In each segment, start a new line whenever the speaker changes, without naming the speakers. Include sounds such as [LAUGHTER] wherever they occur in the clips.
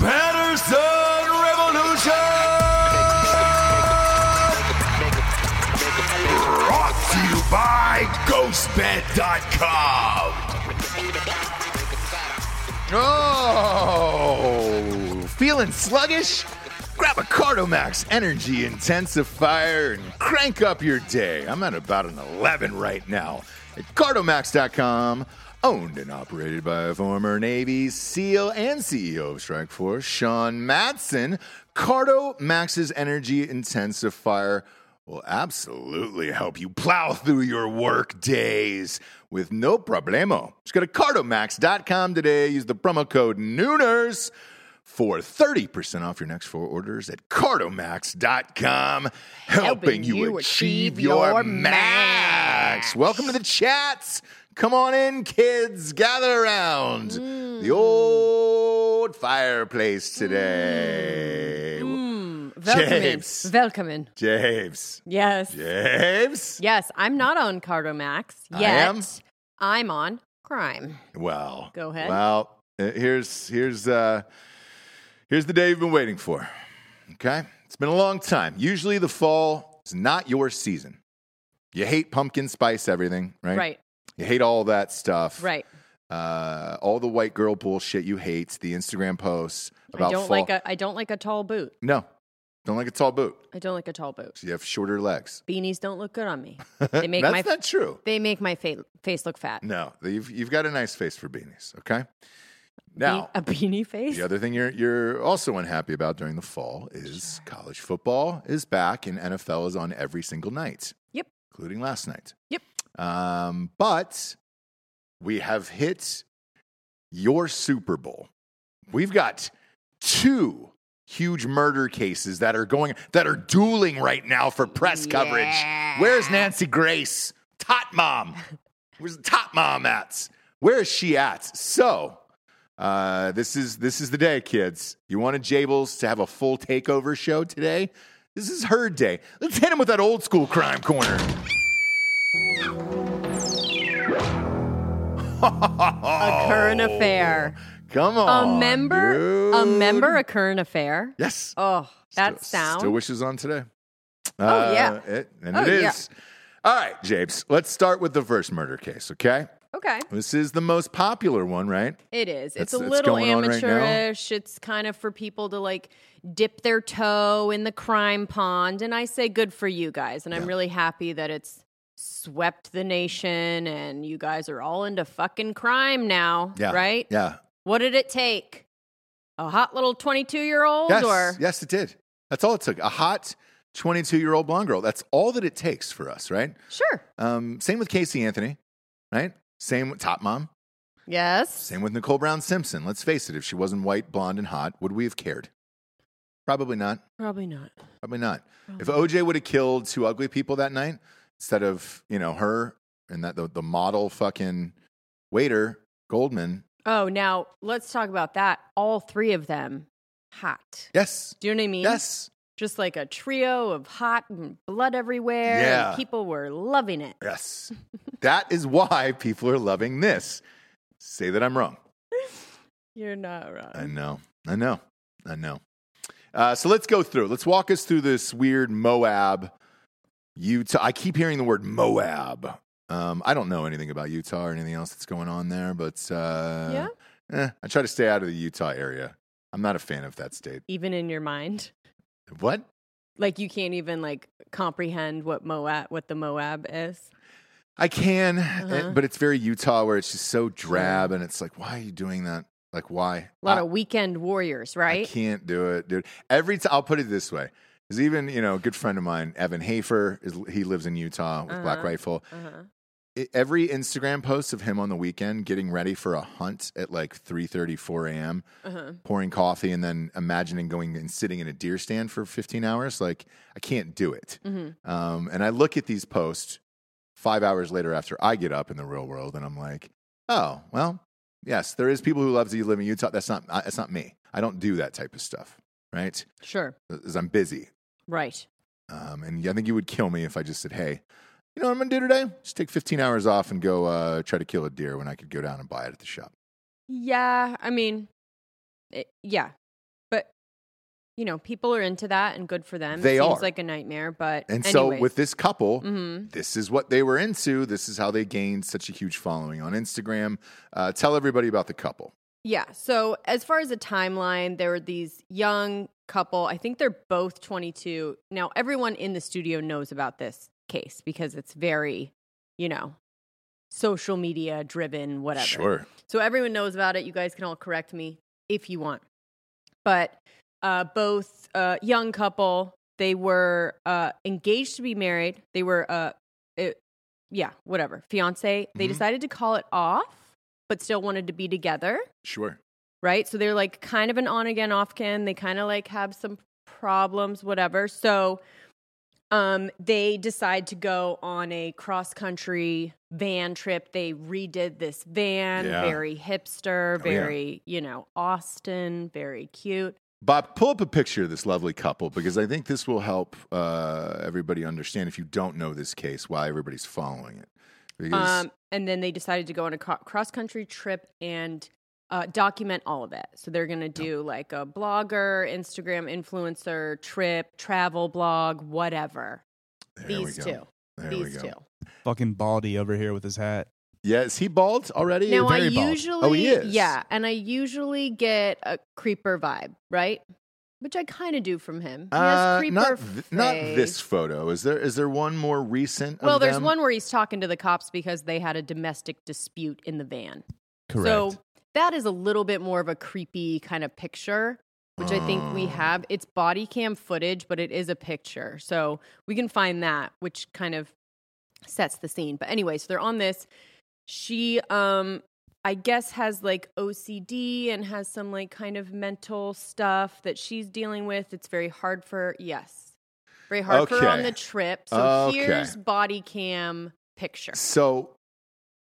Patterson Revolution! Brought to you by GhostBed.com! Oh, feeling sluggish? Grab a Cardomax Energy Intensifier and crank up your day. I'm at about an 11 right now at Cardomax.com. Owned and operated by a former Navy SEAL and CEO of Strike Force, Sean Matson, Cardomax's Energy Intensifier will absolutely help you plow through your work days with no problemo. Just go to cardomax.com today. Use the promo code Nooners for 30% off your next four orders at cardomax.com, helping,
Helping
you,
you
achieve
achieve
your,
your
max. Welcome to the chats. Come on in, kids. Gather around the
Mm.
old fireplace today.
Mm.
James.
Welcome. Welcome.
James.
Yes.
James?
Yes, I'm not on Cardomax
I
yet.
am.
I'm on Crime.
Well, eh,
Go ahead.
Well, uh, here's here's uh Here's the day you've been waiting for. Okay? It's been a long time. Usually the fall is not your season. You hate pumpkin spice everything, right?
Right.
You hate all that stuff.
Right.
Uh, all the white girl bullshit you hate, the Instagram posts about
I don't
fall.
like a I don't like a tall boot.
no. Don't like a tall boot.
I don't like a tall boot.
You have shorter legs.
Beanies don't look
[LAUGHS]
good on me. They make
That's
my
not true.
they make my fa- face look fat.
No, you've you've got a nice face for beanies. Okay. Now,
Be- a beanie face.
the other thing you're you're also unhappy about during the fall is college football is back and NFL is on every single night.
Yep.
including last night.
Yep.
Um, but we have hit your Super Bowl. We've got two huge murder cases that are going that are dueling right now for press
Yeah.
coverage. Where's Nancy Grace? Tot mom. Where's the top mom at? Where is she at? So uh, this is this is the day, kids. You wanted Jables to have a full takeover show today? This is her day. Let's hit him with that old school crime corner.
A current affair.
Come on.
a member. A
Oh. dude.
member. A current affair.
Yes.
Oh, that
Still-
sound.
Still wishes on today. Uh,
Oh, yeah.
It, and
Oh,
it
yeah.
is. All right, Japes. Let's start with the first murder case, okay?
okay,
This is the most popular one, right?
it is.
That's-
It's a
that's
little
going on right now.
amateurish. it's kind of for people to like dip their toe in the crime pond, and I say good for you guys. And I'm really happy that it's swept the nation, and you guys are all into fucking crime now,
Yeah.
right?
Yeah.
What did it take? A hot little 22 year old,
Yes.
or
Yes, it did. That's all it took. A hot 22 year old blonde girl. That's all that it takes for us, right?
sure,
Um, same with Casey Anthony, right? Same with Top Mom.
yes,
Same with Nicole Brown Simpson. Let's face it, if she wasn't white, blonde, and hot, would we have cared? Probably not.
probably not.
Probably not. If OJ would have killed two ugly people that night instead of you know her and that the, the model fucking waiter Goldman,
Oh, now let's talk about that. All three of them hot.
yes,
Do you know what I mean?
yes,
Just like a trio of hot and blood everywhere. and
Yeah.
people were loving it.
yes, that is why people are loving this. Say that I'm wrong.
You're not wrong.
I know. I know. I know. Uh, so let's go through. Let's walk us through this weird Moab, Utah. I keep hearing the word Moab. Um, I don't know anything about Utah or anything else that's going on there, but uh, yeah. I try to stay out of the Utah area. I'm not a fan of that state.
Even in your mind.
What?
Like you can't even like comprehend what Moab what the Moab is.
I can, eh,
Uh-huh.
but it's very Utah where it's just so drab, and it's like, why are you doing that? Like, why?
A lot
I-
of weekend warriors,
I
right?
can't do it, dude. Every time, I'll put it this way. Because even, you know, a good friend of mine, Evan Hafer, is, he lives in Utah with Black
Uh-huh.
Rifle.
Uh-huh.
I- every Instagram post of him on the weekend getting ready for a hunt at like 3.30, 4 a.m.,
Uh-huh.
pouring coffee and then imagining going and sitting in a deer stand for 15 hours. Like, I can't do it.
hmm
Um, and I look at these posts five hours later after I get up in the real world, and I'm like, oh, well, yes, there is people who love to live in Utah. That's not I- that's not me. I don't do that type of stuff, right?
Sure.
Because I'm busy,
Right.
um, and I think you would kill me if I just said, hey. You know what I'm gonna do today? Just take 15 hours off and go uh, try to kill a deer when I could go down and buy it at the shop.
Yeah, I mean, it, yeah, but you know, people are into that, and good for them.
They
it seems
are.
like a nightmare, but
And so
anyways.
with this couple,
Mhm.
this is what they were into. This is how they gained such a huge following on Instagram. Uh, tell everybody about the couple.
yeah. So as far as a timeline, there were these young couple. I think they're both 22 now. Everyone in the studio knows about this case because it's very, you know, social media driven, whatever.
Sure.
So everyone knows about it. You guys can all correct me if you want. But uh, both uh, young couple, they were uh, engaged to be married. They were, uh, it, yeah, whatever, fiance. They
Mhm.
decided to call it off, but still wanted to be together,
Sure.
right? So they're like kind of an on again, off again. They kind of like have some problems, whatever. So um, they decide to go on a cross country van trip. They redid this van,
Yeah.
very hipster,
Oh, yeah.
very, you know, Austin, very cute.
Bob, pull up a picture of this lovely couple because I think this will help uh, everybody understand if you don't know this case why everybody's following it. Because
Um, and then they decided to go on a cross country trip and uh, document all of it. So they're going to do like a blogger, Instagram influencer, trip, travel blog, whatever.
There
These
we go.
two.
There we
These
go.
two.
Fucking Baldy over here with his hat.
Yeah, is he bald already?
Now I
very bald.
usually
Oh, he is.
yeah, and I usually get a creeper vibe, right? Which I kind of do from him. He has
Uh,
creeper
not th- not this
face.
photo. Is there is there one more recent? of
Well, there's
them?
one where he's talking to the cops because they had a domestic dispute in the van.
Correct.
So that is a little bit more of a creepy kind of picture, which I think we
Oh.
have. It's body cam footage, but it is a picture. So we can find that, which kind of sets the scene. But anyway, so they're on this. She, um, I guess, has like OCD and has some like kind of mental stuff that she's dealing with. It's very hard for, yes, very hard for her on
Okay.
the trip. So
Okay.
here's body cam picture.
So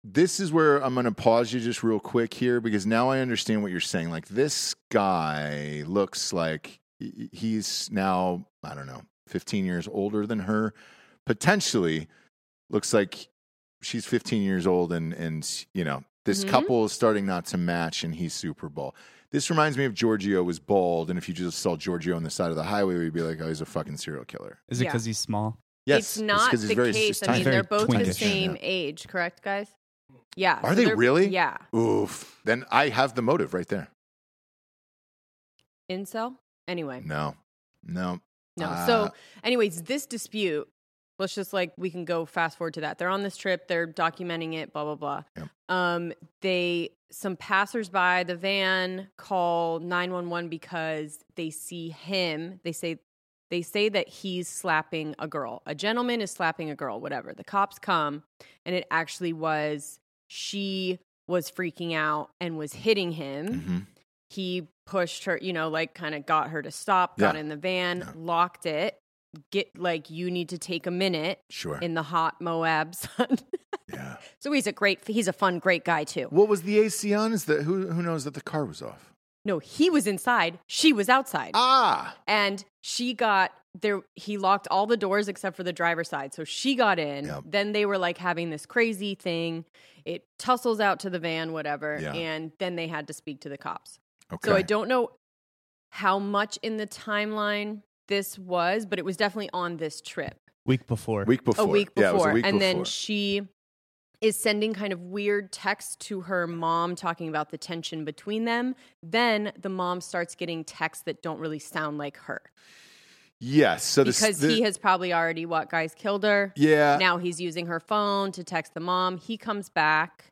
this is where I'm going to pause you just real quick here because now I understand what you're saying. Like this guy looks like he- he's now I don't know 15 years older than her. Potentially looks like she's 15 years old and and you know this
Mhm.
couple is starting not to match and he's Super Bowl. This reminds me of Giorgio was bald, and if you just saw Giorgio on the side of the highway, we'd be like, "Oh, he's a fucking serial killer."
Is it
yeah.
because he's small?
Yes,
it's not
'cause
the case.
he's
I mean,
tiny.
they're both the
twinkish.
same
Yeah.
age, correct, guys? Yeah.
Are they
they're-
really?
Yeah.
Oof. Then I have the motive right there.
Incel. Anyway,
No, no.
no.
Uh,
so, anyways, this dispute. Let's just like we can go fast forward to that. They're on this trip. They're documenting it. Blah blah blah.
Yep.
Um, they some passersby the van call nine one one because they see him. They say they say that he's slapping a girl. A gentleman is slapping a girl. Whatever. The cops come, and it actually was she was freaking out and was hitting him.
mhm.
he pushed her, you know, like kind of got her to stop, got
Yeah.
in the van,
Yeah.
locked it. Get like you need to take a minute
Sure.
in the hot Moab sun. [LAUGHS]
yeah.
so he's a great, he's a fun, great guy too.
What was the AC on? Is that who? Who knows that the car was off?
No, he was inside, she was outside,
Ah.
and she got there. He locked all the doors except for the driver's side, so she got in.
Yep.
Then they were like having this crazy thing. It tussles out to the van, whatever,
Yeah.
and then they had to speak to the cops.
Okay.
So I don't know how much in the timeline this was, but it was definitely on this trip
Week before.
Week before.
a week before.
Yeah, it was a week
and
before.
then she is sending kind of weird texts to her mom talking about the tension between them. Then the mom starts getting texts that don't really sound like her
yes. So this,
because
the-
he has probably already what guys killed her.
Yeah.
Now he's using her phone to text the mom. He comes back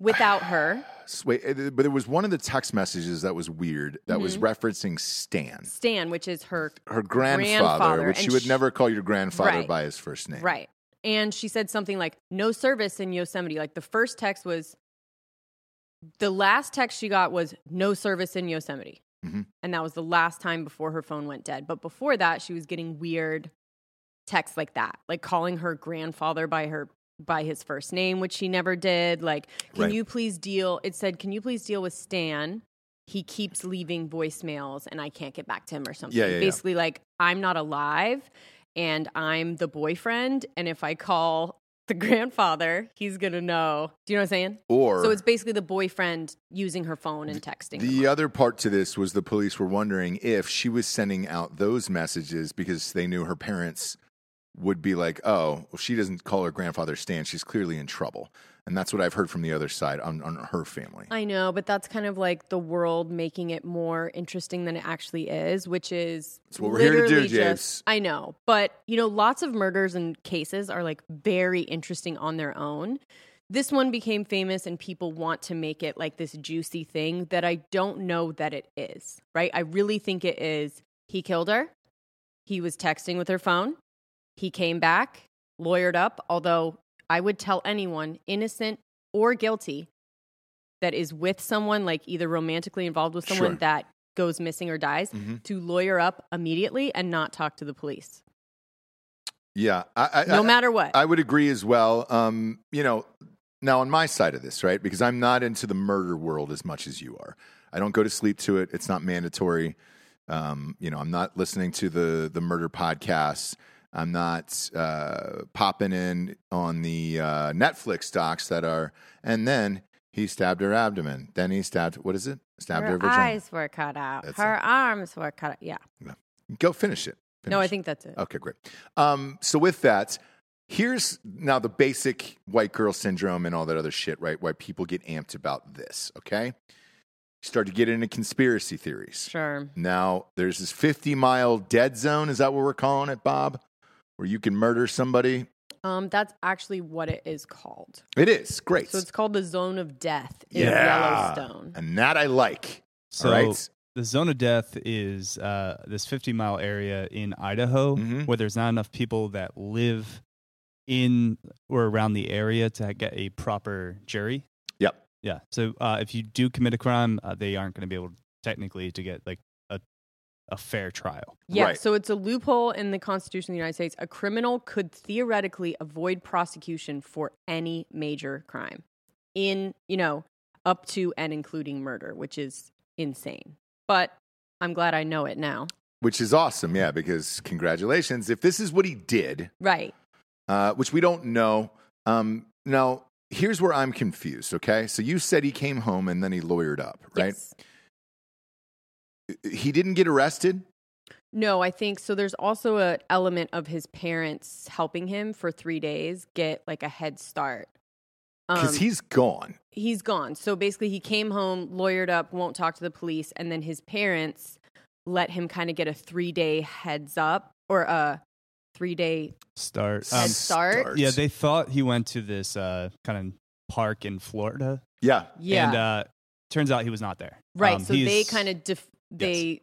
without her.
S- Wait, uh, but there was one of the text messages that was weird. That was
Mhm.
referencing Stan,
Stan, which is her
her grandfather,
Grandfather,
which
and
you would
sh-
never call your grandfather
Right.
by his first name.
Right. And she said something like, no service in Yosemite. Like the first text was, the last text she got was, no service in Yosemite.
Mhm.
And that was the last time before her phone went dead. But before that, she was getting weird texts like that, like calling her grandfather by her by his first name which she never did like can
Right.
you please deal it said can you please deal with stan he keeps leaving voicemails and i can't get back to him or something
Yeah, yeah, yeah.
basically like i'm not alive and I'm the boyfriend. And if I call the [LAUGHS] grandfather, he's gonna know. Do you know what I'm saying?
Or
so it's basically the boyfriend using her phone and texting. her
The
mom.
other part to this was the police were wondering if she was sending out those messages because they knew her parents would be like, "Oh, well, she doesn't call her grandfather Stan. She's clearly in trouble." And that's what I've heard from the other side on, on her family.
I know, but that's kind of like the world making it more interesting than it actually is, which is
That's what we're here to do,
literally just-
James.
I know, but you know, lots of murders and cases are like very interesting on their own. This one became famous, and people want to make it like this juicy thing that I don't know that it is. Right? I really think it is. He killed her. He was texting with her phone. He came back, lawyered up. Although I would tell anyone, innocent or guilty, that is with someone, like either romantically involved with someone
Sure.
that goes missing or dies,
Mhm.
to lawyer up immediately and not talk to the police,
Yeah, I, I,
no
I-
matter what.
I would agree as well. Um, you know, now on my side of this, right? Because I'm not into the murder world as much as you are. I don't go to sleep to it. It's not mandatory. Um, you know, I'm not listening to the the murder podcasts. I'm not uh, popping in on the uh, Netflix docs that are, and then He stabbed her abdomen. Then he stabbed, what is it? Stabbed her,
her
vagina.
eyes were cut out.
That's
her
it.
arms were cut out. Yeah.
Go finish it.
No, I
Finish it.
think that's it.
Okay, great. Um, so with that, here's now the basic white girl syndrome and all that other shit, right? Why people get amped about this, okay? You start to get into conspiracy theories.
Sure.
Now, there's this 50 mile dead zone. Is that what we're calling it, Bob? Where you can murder somebody?
Um, that's actually what it is called.
It is. Great.
So it's called the Zone of Death in
Yeah.
Yellowstone.
and that I like.
So
all right.
the zone of death is uh, this 50 mile area in Idaho
Mhm.
where there's not enough people that live in or around the area to get a proper jury.
Yep.
Yeah. So uh, if you do commit a crime, uh, they aren't going to be able technically to get like a a fair trial.
Yeah,
Right.
so it's a loophole in the Constitution of the United States. A criminal could theoretically avoid prosecution for any major crime, in, you know, up to and including murder, which is insane. But I'm glad I know it now.
Which is awesome. Yeah, because congratulations. If this is what he did,
Right.
uh, which we don't know. Um, now, here's where I'm confused, okay? So you said he came home and then he lawyered up, right?
Yes.
He didn't get arrested.
No, I think so. There's also an element of his parents helping him for three days get like a head start. Um,
Because he's gone.
he's gone. So basically, he came home, lawyered up, won't talk to the police, and then his parents let him kind of get a three day heads up or a three day.
Start.
Head
Um,
start?
yeah, they thought he went to this uh, kind of park in Florida,
yeah.
Yeah,
and uh, turns out he was not there.
right.
Um,
so they
he's-
kind of def- they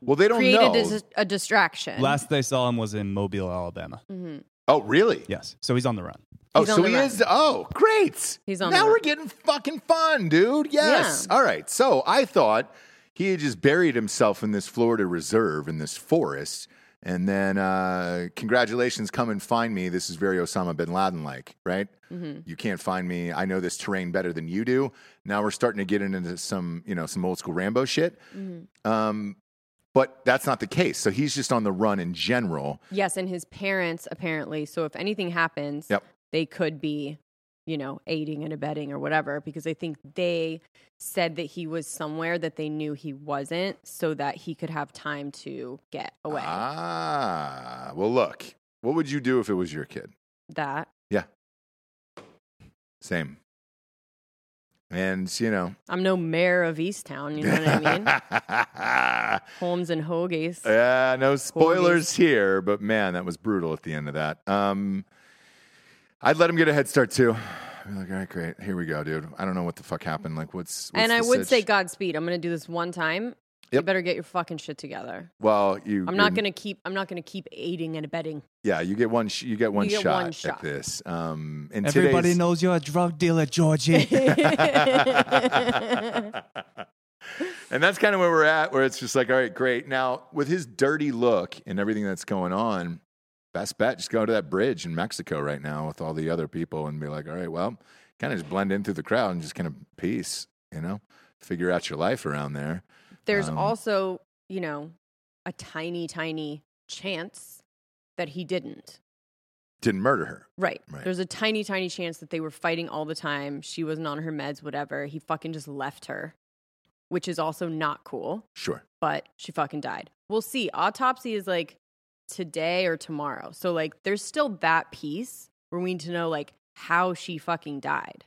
Well, they don't
created
know.
a, dis- a distraction.
last they saw him was in Mobile, Alabama.
Mhm.
oh, really?
Yes. So he's on the run.
Oh,
He's on
so
the
he
run.
is. Oh, great.
He's on the
Now
run.
we're getting fucking fun, dude. Yes. All right. So I thought he had just buried himself in this Florida reserve in this forest. And then, uh, congratulations, come and find me. This is very Osama bin Laden like, right?
Mm-hmm.
You can't find me. I know this terrain better than you do. Now we're starting to get into some, you know, some old school Rambo shit.
Mm-hmm.
Um, but that's not the case. So he's just on the run in general.
Yes, and his parents apparently. So if anything happens,
Yep.
they could be, you know, aiding and abetting or whatever because I think they said that he was somewhere that they knew he wasn't so that he could have time to get away.
Ah, well, look, what would you do if it was your kid?
That
Same. And, you know,
I'm no mayor of Easttown, you know what
[LAUGHS]
I mean? Holmes and
Uh,
Hoagies.
yeah, no spoilers here, but man, that was brutal at the end of that. Um, I'd let him get a head start too. I'd be like, all right, great. Here we go, dude. I don't know what the fuck happened. Like, what's, what's
and I
the
would say
sitch?
Godspeed. I'm going to do this one time. You
Yep.
better get your fucking shit together.
well, you.
I'm
you're-
not going to keep I'm not going to keep aiding
[LAUGHS]
and abetting. [LAUGHS]
Yeah, you get one. Sh- you get one
You get
shot
one
at
shot.
this. Um, and
Everybody
today's-
knows you're a drug dealer,
[LAUGHS]
Georgie.
and that's kind of where we're at, where it's just like, all right, great. Now, with his dirty look and everything that's going on, best bet just go to that bridge in Mexico right now with all the other people and be like, all right, well, kind of just blend in through the crowd and just kind of peace, you know, figure out your life around there.
There's
Um,
also, you know, a tiny tiny chance that he didn't.
Didn't murder her.
Right.
Right.
There's a tiny, tiny chance that they were fighting all the time. She wasn't on her meds, whatever. He fucking just left her, which is also not cool,
Sure.
but she fucking died. We'll see. Autopsy is like today or tomorrow. So, like, there's still that piece where we need to know, like, how she fucking died.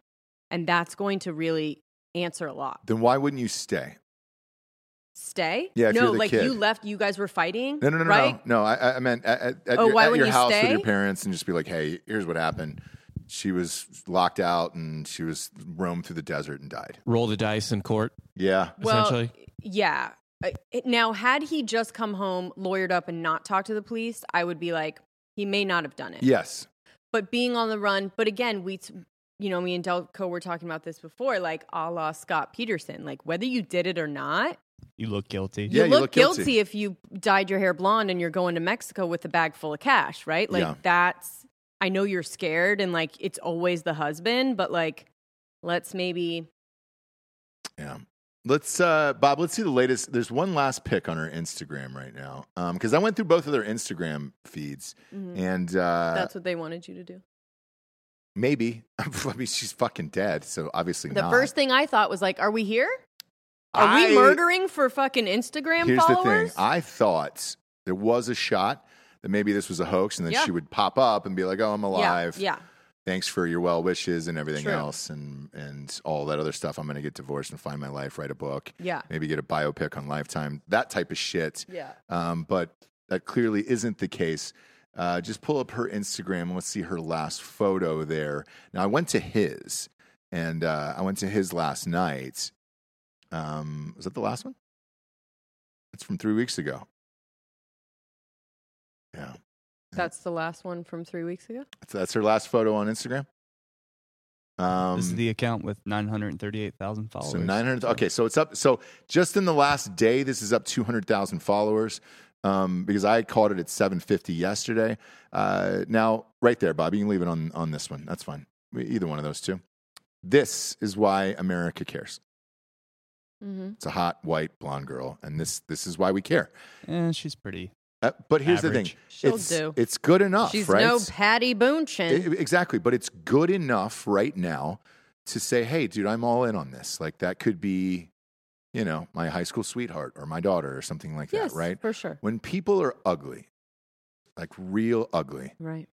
And that's going to really answer a lot.
Then why wouldn't you stay?
Stay?
Yeah, if
no,
you're the
like
kid.
you left, you guys were fighting.
No, no, no, no,
right?
no. I- I, I meant at, at, at
Oh,
your,
why
at your
wouldn't you
house with your
stay?
parents and just be like, hey, here's what happened. She was locked out and she was roamed through the desert and died.
Roll the dice in court.
Yeah.
Well,
essentially?
yeah. Uh, it- Now, had he just come home, lawyered up, and not talked to the police, I would be like, he may not have done it.
Yes.
But being on the run, but again, we, t- you know, me and Delco were talking about this before, like a la Scott Peterson, like whether you did it or not,
you look guilty.
Yeah,
you,
you
look
look
guilty.
guilty.
if you dyed your hair blonde and you're going to Mexico with a bag full of cash, right? Like
Yeah.
that's, I know you're scared and like it's always the husband, but like, let's maybe,
Yeah. Let's, uh, Bob, let's see the latest. There's one last pick on her Instagram right now. Um, because I went through both of their Instagram feeds
Mhm.
and, uh,
that's what they wanted you to do.
Maybe. [LAUGHS] I mean, she's fucking dead, so obviously
The
not.
first thing I thought was like, are we here? Are
I-
we murdering for fucking Instagram
Here's
followers?
the thing. I thought there was a shot that maybe this was a hoax, and then
Yeah.
she would pop up and be like, "Oh, I'm alive.
Yeah, yeah.
Thanks for your well wishes and everything
True.
else, and and all that other stuff. I'm gonna get divorced and find my life, write a book,
Yeah.
maybe get a biopic on Lifetime, that type of shit.
Yeah.
Um, but that clearly isn't the case. Uh, just pull up her Instagram and let's see her last photo there. Now, I went to his, and uh, I went to his last night. Um, was that the last one? It's from three weeks ago. Yeah.
That's the last one from three weeks ago.
So that's her last photo on Instagram. Um,
this is the account with 938,000 followers.
so 900. Okay, so it's up. So just in the last day, this is up 200,000 followers um, because I caught it at 750 yesterday. Uh, now, right there, Bob, you can leave it on, on this one. That's fine. Either one of those two. This is why America cares.
Mm-hmm.
It's a hot, white, blonde girl, and this, this is why we care.
Eh, she's pretty.
Uh, but here's the thing
Average.
She'll
it's,
do.
it's good enough,
She's
right?
no Patty Boonchin.
I- E, exactly, but it's good enough right now to say, "Hey, dude, I'm all in on this." Like that could be, you know, my high school sweetheart or my daughter or something like
yes,
that, right?
For sure.
When people are ugly, like real ugly,
Right.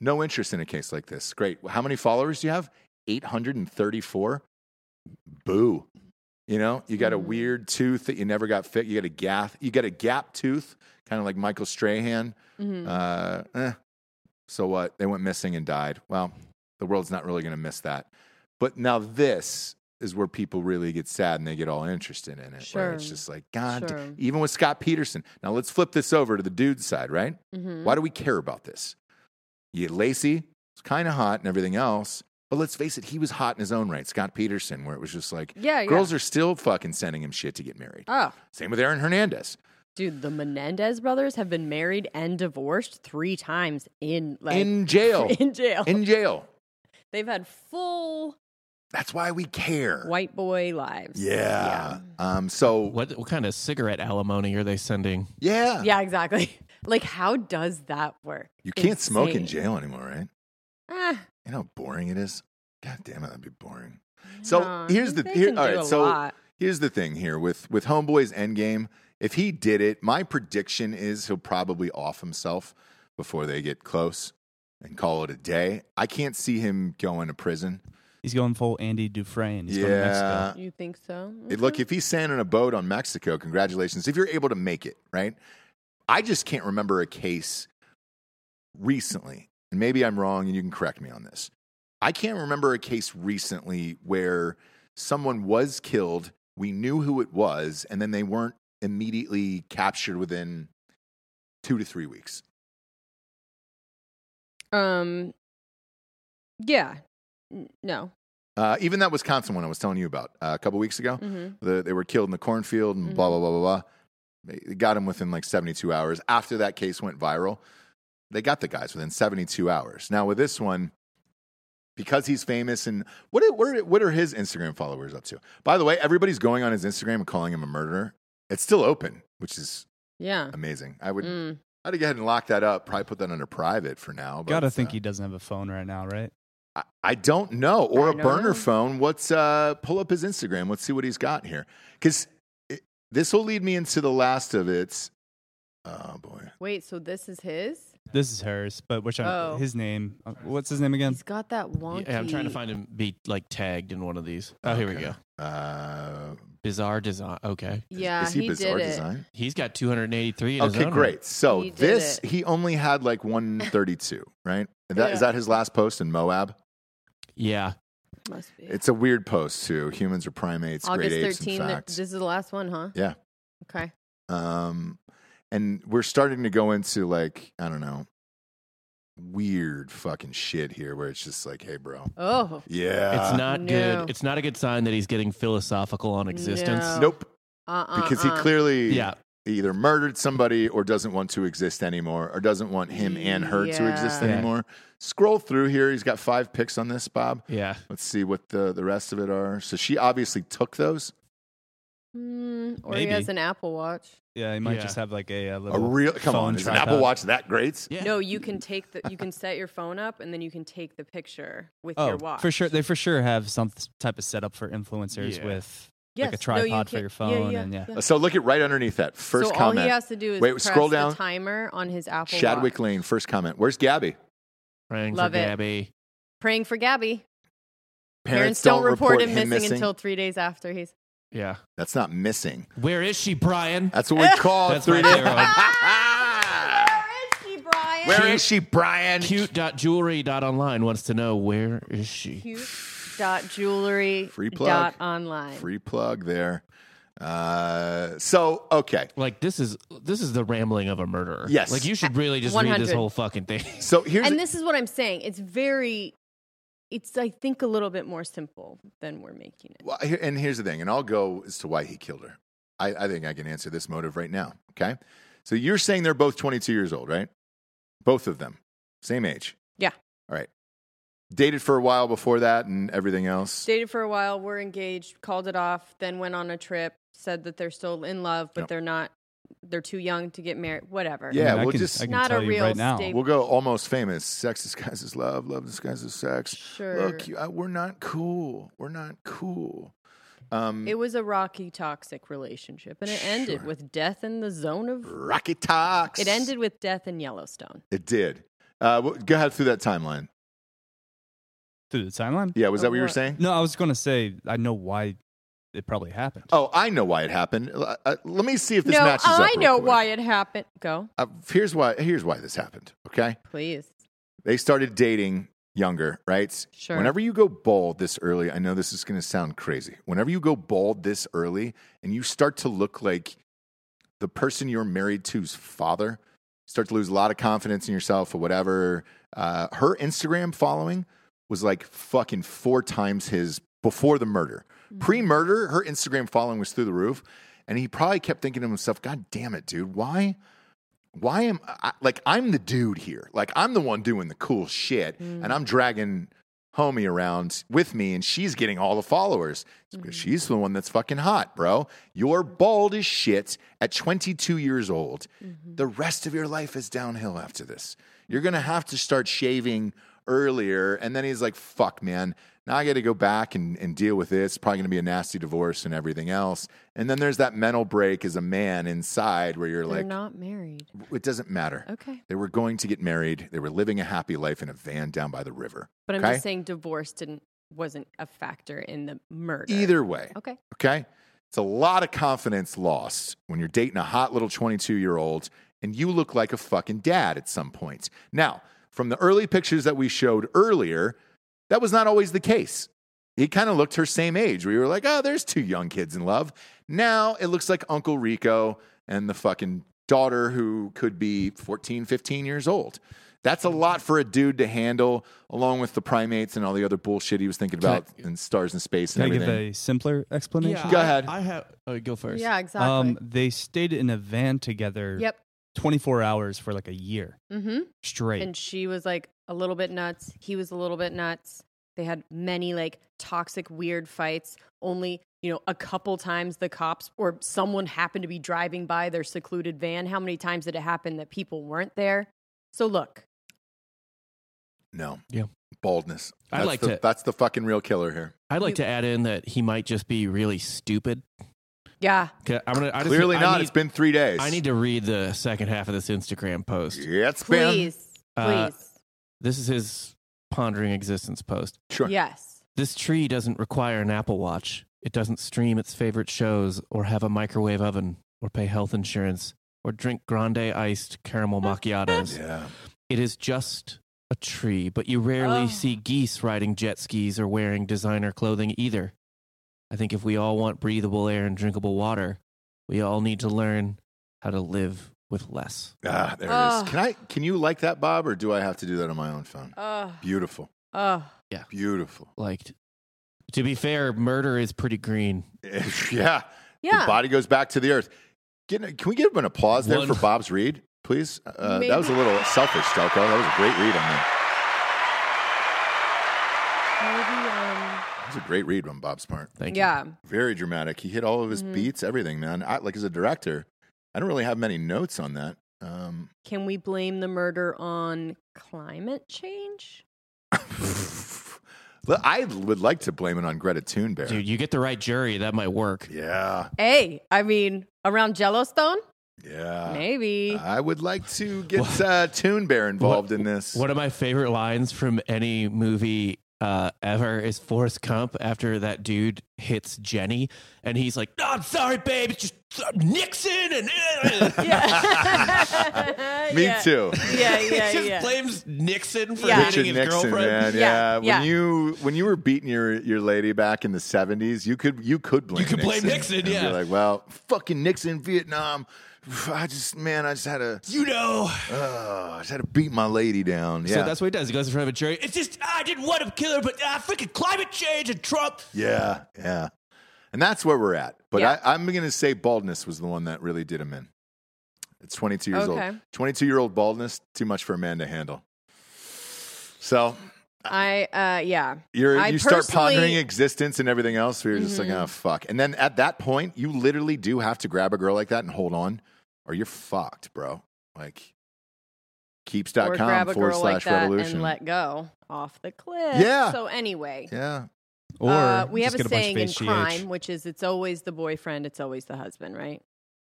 no interest in a case like this. Great. How many followers do you have? 834. Boo. You know, you got a
Mhm.
weird tooth that you never got fit. You got a gath, you got a gap tooth, kind of like Michael Strahan.
hmm
Uh, eh. So what? They went missing and died. Well, the world's not really going to miss that. But now this is where people really get sad and they get all interested in it. Where it's
Sure.
just like, God,
Sure.
even with Scott Peterson. Now let's flip this over to the dude's side, right?
hmm
Why do we care about this? Yeah, Lacey was kind of hot and everything else. But let's face it, he was hot in his own right. Scott Peterson, where it was just like,
Yeah, yeah.
girls are still fucking sending him shit to get married.
Oh,
Same with Aaron Hernandez.
dude, the Menendez brothers have been married and divorced three times in like
in jail.
[LAUGHS] in jail.
in jail.
They've had full
That's why we care.
white boy lives.
Yeah. Um. So
What what kind of cigarette alimony are they sending?
yeah,
Yeah, Yeah, exactly. [LAUGHS] Like, how does that work?
you can't smoke in
Insane.
jail anymore, right?
Ah,
You know how boring it is. God damn it, that'd be boring. So
no,
here's the
they
here,
can
all
do
right.
a
So
lot.
here's the thing here with with Homeboy's Endgame. If he did it, my prediction is he'll probably off himself before they get close and call it a day. I can't see him going to prison.
He's going full Andy Dufresne. He's going to
yeah.
Mexico.
you think so?
It- uh, Look, if he's sailing on a boat on Mexico, congratulations. If you're able to make it, right? I just can't remember a case recently, and maybe I'm wrong and you can correct me on this. I can't remember a case recently where someone was killed, we knew who it was, and then they weren't immediately captured within two to three weeks.
Um. Yeah. N- No.
Uh, even that Wisconsin one I was telling you about uh, a couple weeks ago.
Mm-hmm.
the, they were killed in the cornfield and blah blah blah blah blah. They they got him within like 72 hours after that case went viral. They got the guys within 72 hours. Now with this one, because he's famous and what are, what are, what are his Instagram followers up to? By the way, everybody's going on his Instagram and calling him a murderer. It's still open, which is
Yeah.
amazing. I would
Mm.
I'd go ahead and lock that up. Probably put that under private for now. But,
Gotta
uh,
think he doesn't have a phone right now, right?
I, I don't know. Or
I
a
don't
burner
know.
phone. What's uh pull up his Instagram. Let's see what he's got here. Cause it- this will lead me into the last of it. Oh boy.
Wait. So this is his.
This is hers, but which
Oh.
his name? uh, What's his name again?
He's got that wonky.
Yeah, I'm trying to find him be like tagged in one of these. Oh, here we
Okay.
go.
Uh
Bizarre design. Okay,
is-
Yeah,
is, he, bizarre
did
design?
he's got 283. In his
Okay,
own
great. So
He did
this
it.
he only had like 132, right? Is that is
Yeah.
that his last post in Moab?
Right. Yeah,
it. Must be.
It's a weird post too. Humans are primates,
August
great apes, in
13th.
fact.
This is the last one, huh?
Yeah.
Okay.
Um, and we're starting to go into like, I don't know, weird fucking shit here where it's just like, hey, bro.
Oh.
Yeah.
it's not
No.
good. It's not a good sign that he's getting philosophical on existence.
No.
Nope.
Uh-uh.
Because he clearly
Yeah,
either murdered somebody or doesn't want to exist anymore or doesn't want him and her to exist
Yeah.
anymore. Scroll through here. He's got five picks on this, Bob.
yeah.
Let's see what the, the rest of it are. So she obviously took those.
Mm, or
Maybe.
he has an Apple Watch.
Yeah, he might
Yeah.
just have like a,
A
a little
real come
phone
on, is an
tripod.
Apple Watch that great?
Yeah.
No, you can take the you can set your phone up and then you can take the picture with
Oh,
your watch.
for sure. They for sure have some th- type of setup for influencers
Yeah.
with
yes.
like a
no, you
tripod for
can- yeah,
your phone.
yeah,
and yeah.
yeah.
So look at right underneath that first
so all he
comment.
has to do is
Wait,
press
scroll down.
the timer on his Apple
Chadwick
Watch.
Lane, first comment. Where's Gabby?
Praying
Love
for
it.
Gabby.
Praying for Gabby. Parents, don't, report him, missing, until three days after he's.
Yeah.
That's not missing.
Where is she, Brian?
That's what we
[LAUGHS]
call
That's
three
my
days.
favorite.
Where is she,
[LAUGHS] Ah.
Brian?
Where is she, Brian?
Cute.jewelry.online wants to know where is she?
Cute dot jewelry
Free plug.
dot online.
Free plug there. Uh, so okay.
Like this is this is the rambling of a murderer.
Yes.
Like you should really just read this
100.
whole fucking thing.
So here's
and this is what I'm saying. It's very. It's I think a little bit more simple than we're making it.
Well, here- and here's the thing, and I'll go as to why he killed her. I, I think I can answer this motive right now. Okay. So you're saying they're both 22 years old, right? Both of them, same age.
Yeah.
All right. Dated for a while before that and everything else.
Dated for a while, were engaged, called it off, then went on a trip, said that they're still in love, but
Yep.
they're not. They're too young to get married. Whatever.
Yeah,
I mean, I
we'll
can-
just-
I can
Not
tell
a
you
real
right now.
state-
We'll go almost famous. Sex disguises [LAUGHS] love. Love disguises sex.
Sure.
Look, you, uh, we're not cool. We're not cool. Um,
It was a rocky, toxic relationship, and it ended
Sure.
with death in the zone of.
Rocky Talks.
It ended with death in Yellowstone.
It did. Uh, well, go ahead through that timeline.
Through the timeline?
Yeah, was that what you were
What?
saying?
No, I was going to say, I know why it probably happened.
Oh, I know why it happened. Uh, uh, let me see if this
no,
matches up.
I
real
know
quick.
why it happened. Go,
Uh, here's why. Here's why this happened. Okay,
please.
they started dating younger, right?
Sure.
Whenever you go bald this early, I know this is going to sound crazy. Whenever you go bald this early, and you start to look like the person you're married to's father, you start to lose a lot of confidence in yourself or whatever. Uh, her Instagram following was like fucking four times his before the murder. Pre murder, her Instagram following was through the roof. And he probably kept thinking to himself, God damn it, dude, why? Why am I like, I'm the dude here. Like, I'm the one doing the cool shit. And I'm dragging homie around with me, and she's getting all the followers. It's because She's the one that's fucking hot, bro. You're bald as shit at 22 years old. The rest of your life is downhill after this. You're gonna have to start shaving earlier. And then he's like, fuck, man. Now I gotta go back and, and deal with this. It's probably gonna be a nasty divorce and everything else. And then there's that mental break as a man inside where you're
They're
like,
not married.
it doesn't matter.
Okay.
They were going to get married. They were living a happy life in a van down by the river.
But I'm
okay?
just saying divorce didn't wasn't a factor in the murder.
Either way,
Okay.
okay? It's a lot of confidence lost when you're dating a hot little 22 year old and you look like a fucking dad at some point. Now, from the early pictures that we showed earlier, that was not always the case. He kind of looked her same age. We were like, oh, there's two young kids in love. Now it looks like Uncle Rico and the fucking daughter who could be 14, 15 years old. That's a lot for a dude to handle, along with the primates and all the other bullshit he was thinking
Can I-
about and stars in space and
Can I
everything.
give a simpler explanation?
Go ahead.
I, have. Oh, go first.
Yeah, exactly.
Um, they stayed in a van together
yep.
24 hours for like a year
Mm-hmm.
straight.
And she was like a little bit nuts. He was a little bit nuts. They had many like toxic, weird fights. Only, you know, a couple times the cops or someone happened to be driving by their secluded van. How many times did it happen that people weren't there? So look,
No.
Yeah.
Baldness.
I'd
That's
like
the,
to-
That's the fucking real killer here.
I'd like to add in that he might just be really stupid.
yeah,
'Kay, I'm gonna I just-
Clearly
I
not.
need-
it's been three days.
I need to read the second half of this Instagram post.
Yeah, it's been.
please,
Uh,
please,
This is his pondering existence post.
Sure.
yes,
This tree doesn't require an Apple Watch. It doesn't stream its favorite shows or have a microwave oven or pay health insurance or drink grande iced caramel macchiatos.
[LAUGHS] Yeah.
It is just a tree, but you rarely
Oh.
see geese riding jet skis or wearing designer clothing either. I think if we all want breathable air and drinkable water, we all need to learn how to live with less.
Ah, there it
Ugh.
is. Can I? Can you like that, Bob, or do I have to do that on my own phone?
oh,
Beautiful.
oh,
Beautiful. [LAUGHS]
Like, to be fair, murder is pretty green.
yeah. The
yeah.
body goes back to the earth. Can, can we give him an applause there
One-
for Bob's read, please? Uh,
Maybe.
that was a little selfish, Stelco. That was a great read on that.
Maybe, um,
It's a great read from Bob Smart.
Thank you.
yeah.
Very dramatic. He hit all of his
Mhm.
beats, everything, man. I, like as a director, I don't really have many notes on that. Um,
Can we blame the murder on climate change?
[LAUGHS] but I would like to blame it on Greta Thunberg.
Dude, you get the right jury, that might work.
Yeah,
Hey, I mean, around Yellowstone?
yeah.
Maybe.
I would like to get
What-
uh, Toon Bear involved in this.
One of my favorite lines from any movie uh, ever is Forrest Gump after that dude hits Jenny, and he's like, "No, I'm sorry, babe. It's just uh, Nixon," and
[LAUGHS]
[LAUGHS]
yeah.
[LAUGHS] Me
Yeah.
too.
Yeah,
[LAUGHS]
he
yeah,
just
yeah.
blames Nixon for
Yeah.
hitting
Richard
his
Nixon,
girlfriend.
man. Yeah.
Yeah,
When
yeah.
you when you were beating your, your lady back in the seventies, you could you could blame
You could blame Nixon,
And
yeah.
You're like, well, fucking Nixon, Vietnam. I just man, I just had to
You know.
uh, I just had to beat my lady down. Yeah.
So that's what he does. He goes in front of a jury. It's just I didn't want to kill her, but uh, freaking climate change and Trump.
yeah, yeah. And that's where we're at. But
Yeah.
I, I'm gonna say baldness was the one that really did him in. It's twenty two years
Okay.
old. Twenty two year old baldness, too much for a man to handle. So
I uh yeah.
You're,
I
you start
personally-
pondering existence and everything else. Where you're just like,
Mhm.
oh fuck. And then at that point, you literally do have to grab a girl like that and hold on, or you're fucked, bro. Like
Or grab
keeps.com
a
forward
girl like
slash
that
revolution.
and let go off the cliff.
Yeah.
So anyway,
yeah,
Or
uh, we have
just
a
get a bunch of
saying in
HGH.
crime, which is it's always the boyfriend, it's always the husband, right?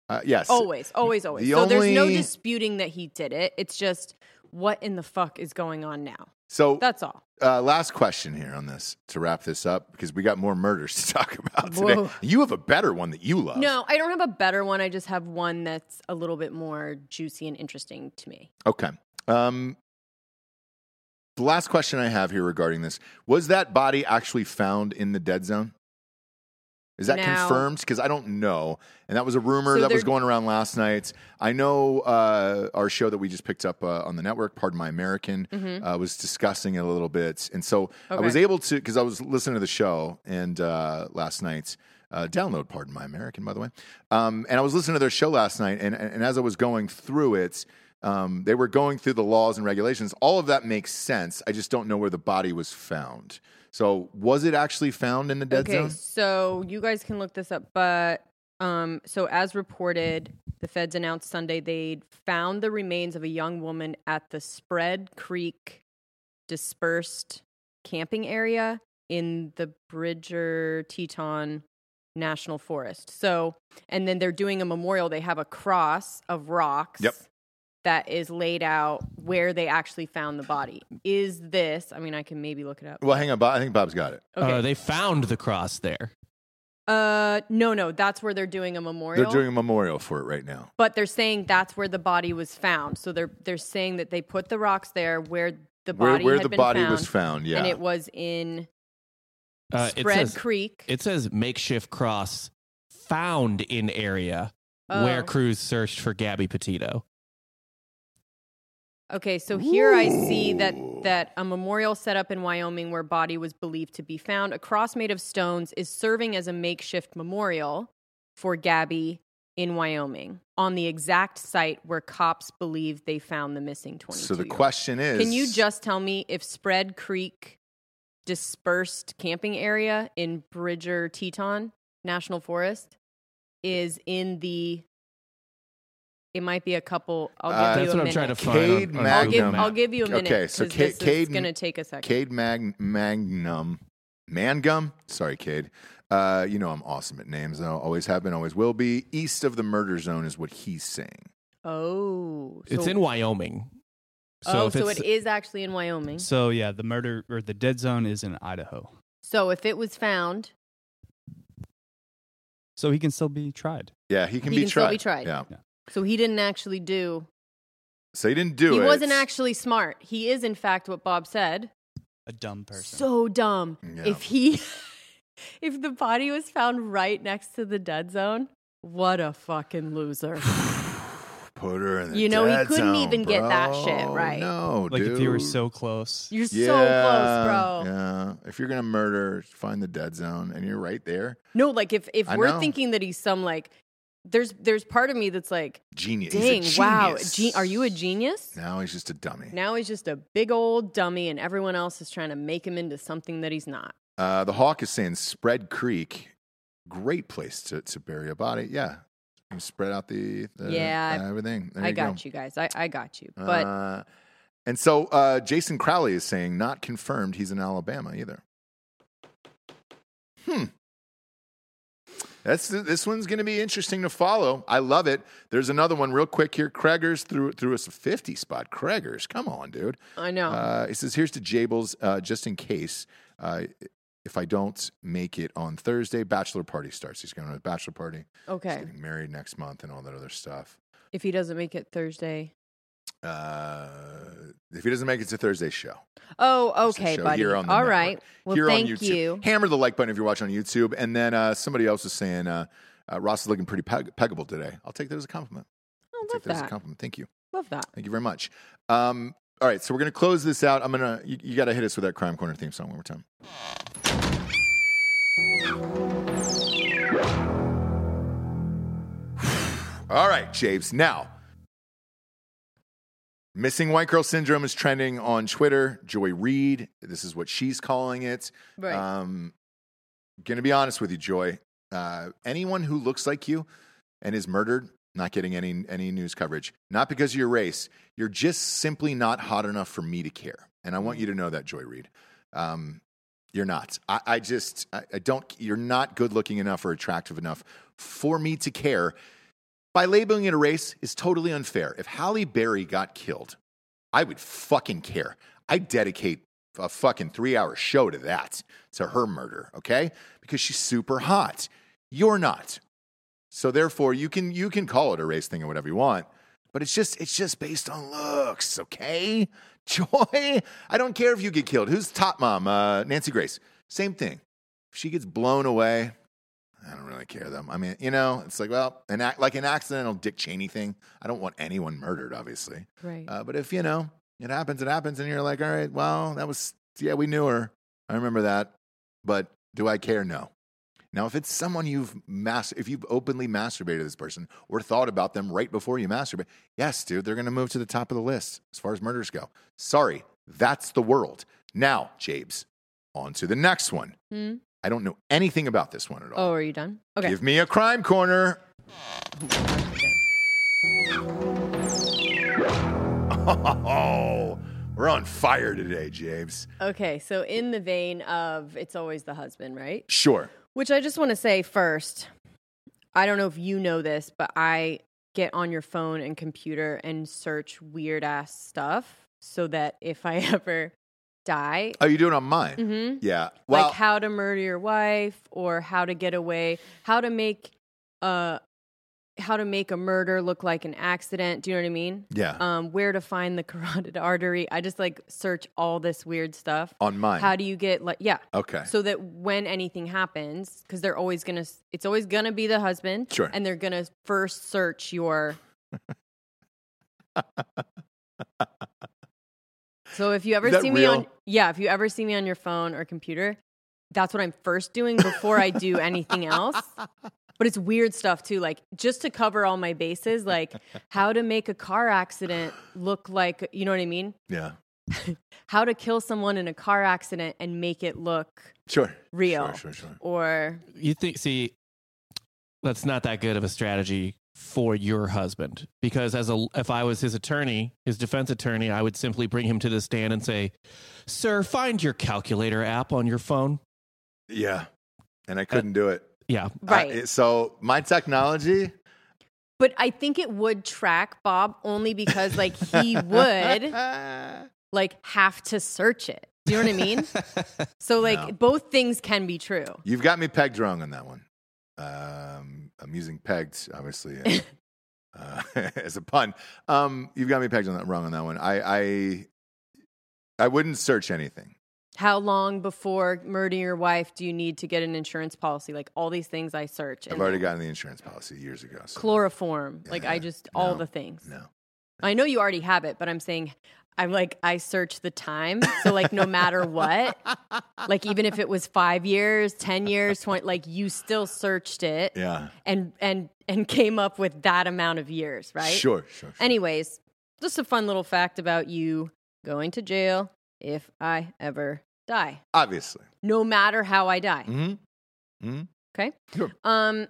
uh, yes.
Always, always, always.
the
so there's no
only-
disputing that he did it. It's just what in the fuck is going on now?
So
That's all.
uh, last question here on this to wrap this up because we got more murders [LAUGHS] to talk about today.
Whoa.
You have a better one that you love.
No, I don't have a better one. I just have one that's a little bit more juicy and interesting to me.
Okay. Um, the last question I have here regarding this was that body actually found in the dead zone? Is that
No.
confirmed? Because I don't know. And that was a rumor
So
that was
there-
going around last night. I know uh, our show that we just picked up uh, on the network, Pardon My American,
Mhm.
uh, was discussing it a little bit. And so I
Okay.
was able to, because I was listening to the show and uh, last night, uh, download Pardon My American, by the way. Um, and I was listening to their show last night, and, and as I was going through it, um, they were going through the laws and regulations. All of that makes sense. I just don't know where the body was found. So, was it actually found in the dead
okay,
zone?
so you guys can look this up, but um, so as reported, the feds announced Sunday they'd found the remains of a young woman at the Spread Creek dispersed camping area in the Bridger Teton National Forest. So, and then they're doing a memorial. They have a cross of rocks.
Yep.
That is laid out where they actually found the body. Is this? I mean, I can maybe look it up.
Well, hang on, Bob. I think Bob's got it.
Okay.
Uh, they found the cross there.
Uh, no, no, that's where they're doing a memorial.
They're doing a memorial for it right now.
but they're saying that's where the body was found. So they're they're saying that they put the rocks there where the
Where,
body
where
had
the
been
body
found,
was found, yeah.
and it was in
Uh, it
Spread
says
Creek.
it says makeshift cross found in area where
Oh.
Cruz searched for Gabby Petito.
Okay, so here I see that
Ooh.
that a memorial set up in Wyoming where body was believed to be found, a cross made of stones, is serving as a makeshift memorial for Gabby in Wyoming on the exact site where cops believe they found the missing 22.
so the question is
Can you just tell me if Spread Creek dispersed camping area in Bridger Teton National Forest is in the it might be a couple I'll give
Uh,
you
That's
a
what I'm
minute.
trying to find.
Cade
on, on
I'll
Magnum.
give,
Google
I'll
Maps.
give you a minute
Okay, so
because
Ca-
this is
Cade-
going to take a second.
Cade Mag- Magnum, Mangum. Sorry, Cade. Uh, you know I'm awesome at names, though. Always have been, always will be. East of the murder zone is what he's saying.
oh,
It's
so-
in Wyoming. So
oh,
if
so
it's,
it is actually in Wyoming.
So yeah, the murder or the dead zone is in Idaho,
So if it was found,
so he can still be tried.
Yeah, he can
He
be
can
tried.
still be tried.
Yeah.
so he didn't actually do.
So he didn't do
he
it.
wasn't actually smart. He is in fact what Bob said.
A dumb person.
So dumb.
Yeah.
If he [LAUGHS] if the body was found right next to the dead zone, what a fucking loser.
[SIGHS] Put her in the
You know, he
dead
couldn't
zone,
even get that
bro.
shit right.
No,
like
dude.
if you were so close.
You're [LAUGHS] so
Yeah,
close, bro.
Yeah. If you're gonna murder, find the dead zone, and you're right there.
No, like if if
I
we're
know.
thinking that he's some like there's there's part of me that's like,
Genius. He's a
dang, wow,
genius.
ge- are you a genius?
Now he's just a dummy.
Now he's just a big old dummy and everyone else is trying to make him into something that he's not.
Uh, the Hawk is saying Spread Creek, great place to, to bury a body. Yeah. You spread out the, the- uh,
Yeah.
everything. There
I
you go.
got you guys. I, I got you. But
Uh, and so uh, Jason Crowley is saying not confirmed he's in Alabama either. Hmm. That's this one's going to be interesting to follow. I love it. There's another one real quick here. Kreger's threw threw us a 50 spot. Kreger's, come on, dude.
I know.
Uh, he says, "Here's to Jables, uh, just in case. Uh, if I don't make it on Thursday, bachelor party starts. He's going to a bachelor party. He's
okay.
getting married next month and all that other stuff.
If he doesn't make it Thursday.
Uh, if he doesn't make it to Thursday's show,
Oh,
It's the
okay,
show
buddy.
here on the
All
network.
right. Well,
here
thank
on YouTube,
you.
hammer the like button if you're watching on YouTube. And then uh, somebody else is saying uh, uh, Ross is looking pretty peg- peggable today. I'll take that as a compliment.
I
I'll
Oh,
take
love
that as a
that.
compliment. Thank you.
Love that.
Thank you very much. Um, all right, so we're gonna close this out. I'm gonna you, you got to hit us with that crime corner theme song one more time. All right, Javes. Now, missing white girl syndrome is trending on Twitter. Joy Reid, this is what she's calling it.
Right.
Um, gonna be honest with you, Joy. Uh, anyone who looks like you and is murdered, not getting any any news coverage, not because of your race, you're just simply not hot enough for me to care. And I want you to know that, Joy Reid. Um, you're not. I, I just, I, I don't, you're not good looking enough or attractive enough for me to care. By labeling it a race is totally unfair. If Halle Berry got killed, I would fucking care. I dedicate a fucking three hour show to that, to her murder, okay? Because she's super hot. You're not. So therefore, you can you can call it a race thing or whatever you want, but it's just it's just based on looks, okay? [LAUGHS] Joy, I don't care if you get killed. Who's top mom? Uh, Nancy Grace. Same thing. If she gets blown away, I don't really care them. I mean, you know, it's like well, an ac- like an accidental Dick Cheney thing. I don't want anyone murdered, obviously.
Right.
Uh, but if you know it happens, it happens, and you're like, all right, well, that was yeah, we knew her. I remember that. But do I care? No. Now, if it's someone you've mas- if you've openly masturbated this person or thought about them right before you masturbate, yes, dude, they're going to move to the top of the list as far as murders go. Sorry, that's the world. Now, Jabes, on to the next one.
Hmm?
I don't know anything about this one at all.
Oh, are you done? Okay.
Give me a crime corner. Oh, we're on fire today, James.
Okay. So, in the vein of it's always the husband, right?
Sure.
Which I just want to say first, I don't know if you know this, but I get on your phone and computer and search weird ass stuff so that if I [LAUGHS] ever die,
Oh, you doing on mine?
hmm
Yeah. Well,
like how to murder your wife or how to get away, how to make uh how to make a murder look like an accident. Do you know what I mean?
yeah.
Um, where to find the carotid [LAUGHS] artery. I just like search all this weird stuff.
on mine.
How do you get like yeah,
okay.
so that when anything happens because they're always gonna it's always gonna be the husband
Sure.
and they're gonna first
[LAUGHS]
search your so if you ever
Is that
see me
real?
on yeah if you ever see me on your phone or computer that's what i'm first doing before i do anything else but it's weird stuff too like just to cover all my bases like how to make a car accident look like you know what i mean
yeah.
how to kill someone in a car accident and make it look
Sure.
real
Sure, sure, sure.
or
You think, see, that's not that good of a strategy for your husband because as a if I was his attorney, his defense attorney, I would simply bring him to the stand and say, "Sir, find your calculator app on your phone."
Yeah. And I couldn't do it. I-
Yeah,
Uh, right
it- so my technology.
but i think it would track bob only because like
[LAUGHS]
he would like have to search it do you know what i mean
[LAUGHS]
so like
No.
both things can be true
You've got me pegged wrong on that one. Um, I'm using pegged, obviously,
[LAUGHS]
uh, uh, [LAUGHS] as a pun. Um, you've got me pegged on that wrong on that one. I, I, I wouldn't search anything.
how long before murdering your wife do you need to get an insurance policy like all these things i search
I've
and
already gotten the insurance policy years ago. So
chloroform like i
Yeah,
just all
no,
the things
no,
i know you already have it but i'm saying i'm like i search the time so like no matter what like even if it was five years ten years 20 like you still searched it
yeah,
and and and came up with that amount of years, right?
sure, sure. sure.
Anyways, just a fun little fact about you going to jail if I ever die.
Obviously,
no matter how I die.
hmm hmm
Um,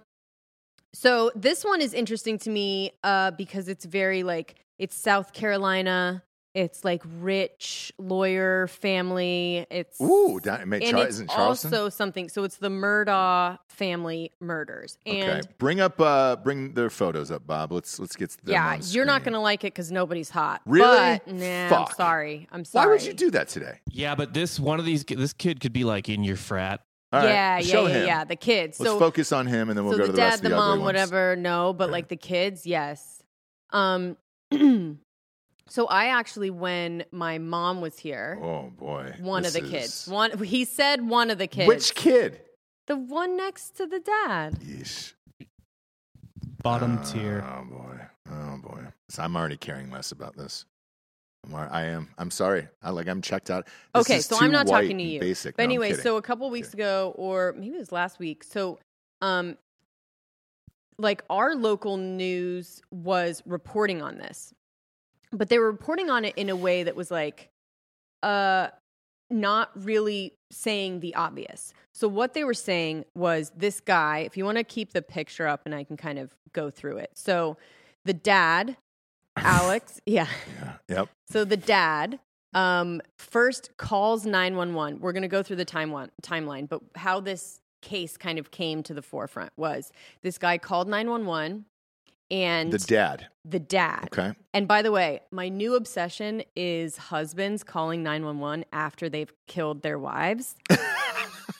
so this one is interesting to me uh, because it's very like it's South Carolina. It's like rich lawyer family. It's
Ooh, that, mate,
and
Char-
it's
isn't Charleston?
also something. So it's the Murdaugh family murders, and
okay, bring up uh, bring their photos up, Bob. Let's let's get them.
yeah,
on
you're not
screen.
gonna like it because nobody's hot.
Really?
But, nah,
Fuck.
I'm sorry. I'm
Why
sorry.
would you do that today?
Yeah, but this one of these this kid could be like in your frat.
All right,
yeah, yeah,
show
yeah,
him.
yeah. The kids.
Let's
so
focus on him, and then we'll
so
go
the,
to the
dad,
rest of the,
the
ugly
mom,
ones.
whatever, no, but like the kids, yes. Um, [CLEARS THROAT] so I actually, when my mom was here, one
Oh boy,
of
this
the
is-
kids, one he said one of the kids,
Which kid?
the one next to the dad.
Yeesh.
Bottom
oh,
tier.
Oh boy. Oh boy. So I'm already caring less about this. I'm, al- I am. I'm sorry. I like. I'm checked out. This
Okay,
is
so
too
I'm not
white
talking to
and
you.
Basic.
But
No, I'm
anyway,
kidding.
so a couple weeks ago, or maybe it was last week, so um, like our local news was reporting on this, but they were reporting on it in a way that was like, uh, not really saying the obvious. So what they were saying was this guy. If you want to keep the picture up, and I can kind of go through it. So
[LAUGHS]
the dad, Alex, yeah.
Yeah. Yep.
So the dad um, first calls 911. We're going to go through the time one, timeline, but how this case kind of came to the forefront was this guy called 911 and
The
the,
dad.
dad.
Okay.
And by the way, my new obsession is husbands calling 911 after they've killed their wives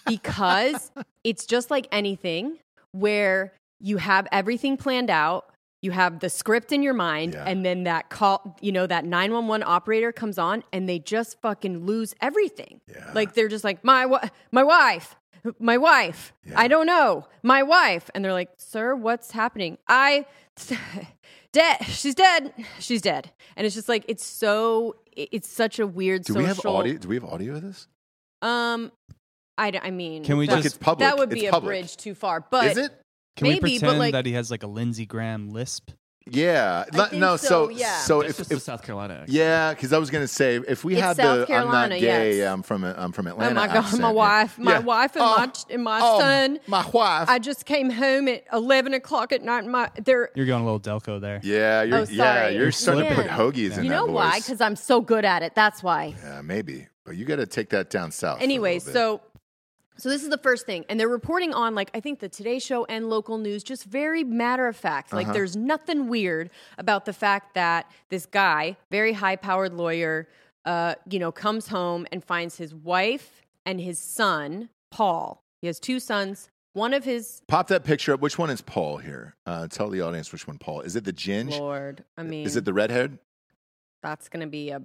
because it's just like anything where you have everything planned out, you have the script in your mind,
Yeah.
and then that call, you know, that 911 operator comes on and they just fucking lose everything.
Yeah.
Like they're just like, my, wi- my wife. My wife. I don't know. My wife. And they're like, "Sir, what's happening?" I [LAUGHS] dead. She's dead. She's dead. And it's just like it's so it- it's such a weird
Do
social
we have audio? Do we have audio of this?
um, I, d- I mean,
Can we
that,
Like it's
just-
public.
that would be
It's
a
public.
bridge too far. But
Is it?
Can we
maybe, but,
pretend
like-
that he has like a Lindsey Graham lisp?
Yeah.
I
Le-
think
no. So.
so, yeah.
So
That's
if,
just
if
a South Carolina. accent.
Yeah, because I was gonna say if we
It's
had
South
the I'm
Carolina,
not gay,
yes.
I'm from I'm from
oh
Atlanta.
my god,
accent,
my
yeah.
wife, my
Yeah.
wife, and
Oh,
my ch- and my
oh,
son.
my wife.
I just came home at eleven o'clock at night. and My they're
You're going a little Delco there.
yeah, you're
Oh,
yeah,
sorry.
you're starting to put
Man.
hoagies in
you
that
know why?
voice.
Because I'm so good at it. That's why.
yeah, maybe, but you got to take that down south. a
anyway
little bit.
so so this is the first thing and they're reporting on like i think the today show and local news just very matter of fact
Uh-huh.
like there's nothing weird about the fact that this guy very high powered lawyer uh, you know comes home and finds his wife and his son paul he has two sons one of his
pop that picture up. Which one is Paul here? Uh, tell the audience which one Paul is. It the ginge?
lord i mean
Is it the redhead?
that's gonna be a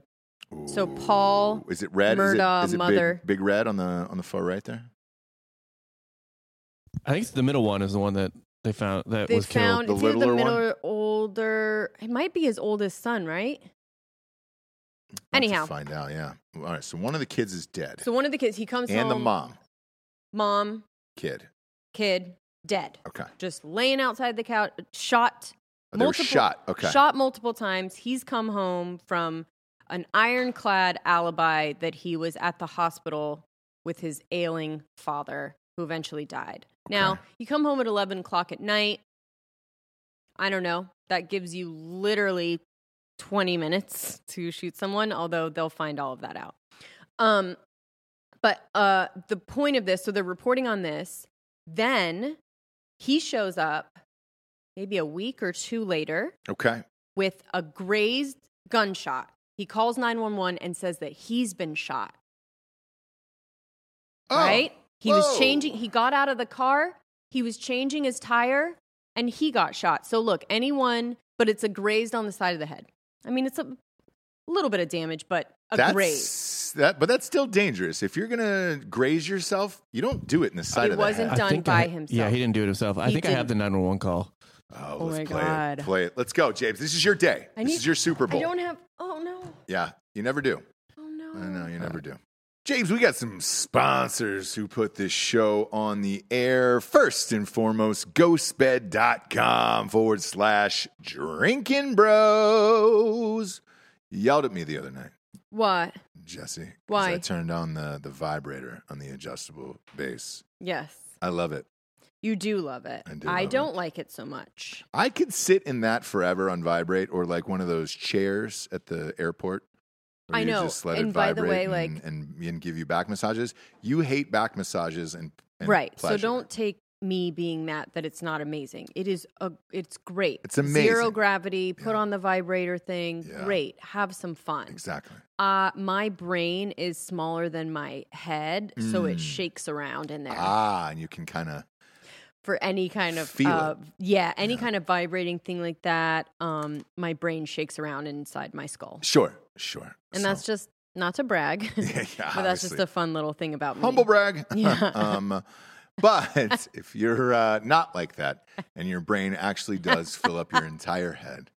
So
Ooh.
Paul,
is it red? Is it-
Murdaugh,
is it, big-
mother.
big, red on the on the far right there?
I think it's the middle one is the one that they found that
they
was killed.
found
the
it's either the
littler one?
middle or older it might be his oldest son right
We'll have to
Anyhow.
find out. Yeah. All right. So one of the kids is dead,
so one of the kids he comes
and the
home,
mom
mom
kid.
kid dead
Okay.
just laying outside the couch shot
Oh, they were
Multiple-
shot. Okay.
shot multiple times he's come home from an ironclad alibi that he was at the hospital with his ailing father who eventually died now
Okay.
you come home at 11 o'clock at night i don't know that gives you literally 20 minutes to shoot someone although they'll find all of that out um but uh the point of this so they're reporting on this then he shows up maybe a week or two later
Okay.
with a grazed gunshot. He calls 911 and says that he's been shot,
Oh.
right? He was
Whoa.
changing, he got out of the car, he was changing his tire, and he got shot. So, look, anyone, but it's a grazed on the side of the head. I mean, it's a little bit of damage, but a graze.
That, but that's still dangerous. If you're gonna graze yourself, you don't do it in the side
It
of the
wasn't
head.
done
think
by
I-
himself.
Yeah, he didn't do it himself. I
He
think I have the
didn't.
911 call.
Oh,
Oh
let's
my
play
God.
it. Play it. Let's go, James. This is your day.
I
this
need-
is your Super
I
Bowl.
don't have, oh no,
Yeah, you never do.
oh no.
I know you never do. James, we got some sponsors who put this show on the air. First and foremost, ghostbed.com forward slash drinking bros. Yelled at me the other night.
What?
Jesse. 'cause
Why?
I turned on the the vibrator on the adjustable bass.
Yes.
I love it.
You do love it.
I do
I
love
don't
it.
like it so much.
I could sit in that forever on vibrate or like one of those chairs at the airport. where
I
you
know.
Just let it
And by the
vibrate
way,
and,
like-
and and give you back massages. You hate back massages and, and
right.
pleasure.
So don't take me being that that it's not amazing. It is a it's great.
It's
Zero
amazing.
gravity, put
Yeah.
on the vibrator thing.
Yeah.
Great. Have some fun.
exactly.
Uh my brain is smaller than my head, so it
Mm.
shakes around in there.
Ah, and you can kind of
for any kind of
Feel it.
uh, yeah, any
Yeah.
kind of vibrating thing like that, um my brain shakes around inside my skull.
sure, sure.
And
[LAUGHS]
that's just not to brag. [LAUGHS]
yeah, yeah,
But that's just
obviously.
a fun little thing about me.
humble brag.
[LAUGHS] Yeah.
[LAUGHS] um, but if you're uh, not like that and your brain actually does fill up your entire head,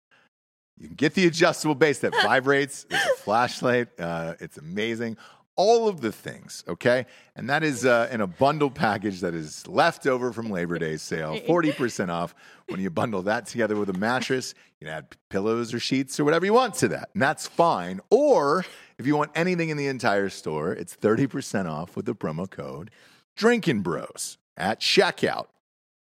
you can get the adjustable base that vibrates. There's a flashlight. Uh, it's amazing. All of the things, okay? And that is uh, in a bundle package that is left over from Labor Day sale, 40% off. When you bundle that together with a mattress, you can add p- pillows or sheets or whatever you want to that, and that's fine. Or if you want anything in the entire store, it's 30% off with the promo code Drinking Bros at checkout.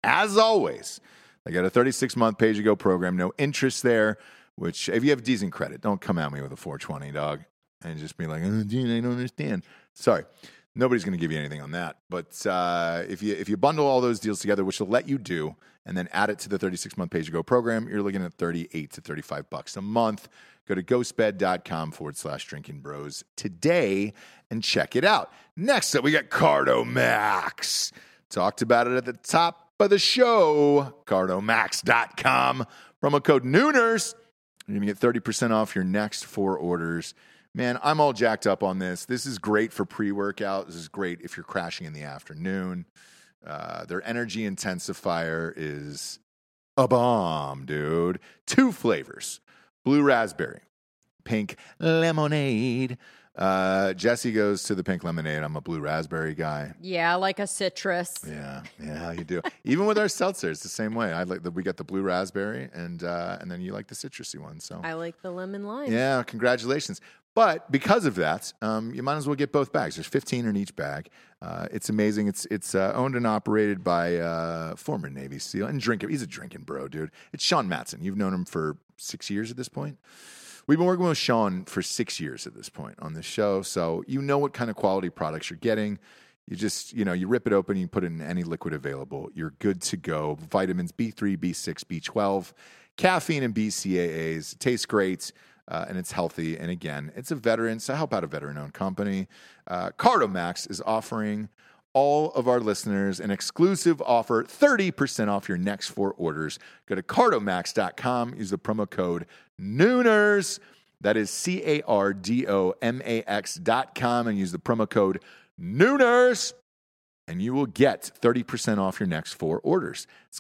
As always, they got a 36 month pay as you go program, no interest there, which if you have decent credit, don't come at me with a 420 dog and just be like, oh, dude, I don't understand. Sorry. Nobody's going to give you anything on that. But uh, if, you, if you bundle all those deals together, which will let you do, and then add it to the 36 month pay as you go program, you're looking at 38 to 35 bucks a month. Go to ghostbed.com forward slash drinking bros today and check it out. Next up, we got Cardo Max. Talked about it at the top of the show. CardoMax.com. Promo code Nooners. You're going to get 30% off your next four orders. Man, I'm all jacked up on this. This is great for pre workout. This is great if you're crashing in the afternoon. Uh, their energy intensifier is a bomb, dude. Two flavors blue raspberry, pink lemonade. Uh, Jesse goes to the pink lemonade. I'm a blue raspberry guy.
Yeah, like a citrus.
Yeah, yeah, you do. Even with our seltzer, it's the same way. I like that we got the blue raspberry, and uh, and then you like the citrusy one. So
I like the lemon lime.
yeah, congratulations. But because of that, um, you might as well get both bags. There's 15 in each bag. Uh, it's amazing. It's it's uh, owned and operated by uh, former Navy SEAL and drinking. He's a drinking bro, dude. It's Sean Matson. You've known him for six years at this point. We've been working with Sean for six years at this point on this show, so you know what kind of quality products you're getting. You just, you know, you rip it open, you put it in any liquid available. You're good to go. Vitamins B3, B6, B12, caffeine, and BCAAs. It tastes great uh, and it's healthy. And again, it's a veteran, so help out a veteran owned company. Uh, Cardomax is offering all of our listeners an exclusive offer 30% off your next four orders. Go to cardomax.com, use the promo code Nooners. That is C A R D O M A X.com and use the promo code Nooners and you will get 30% off your next four orders. It's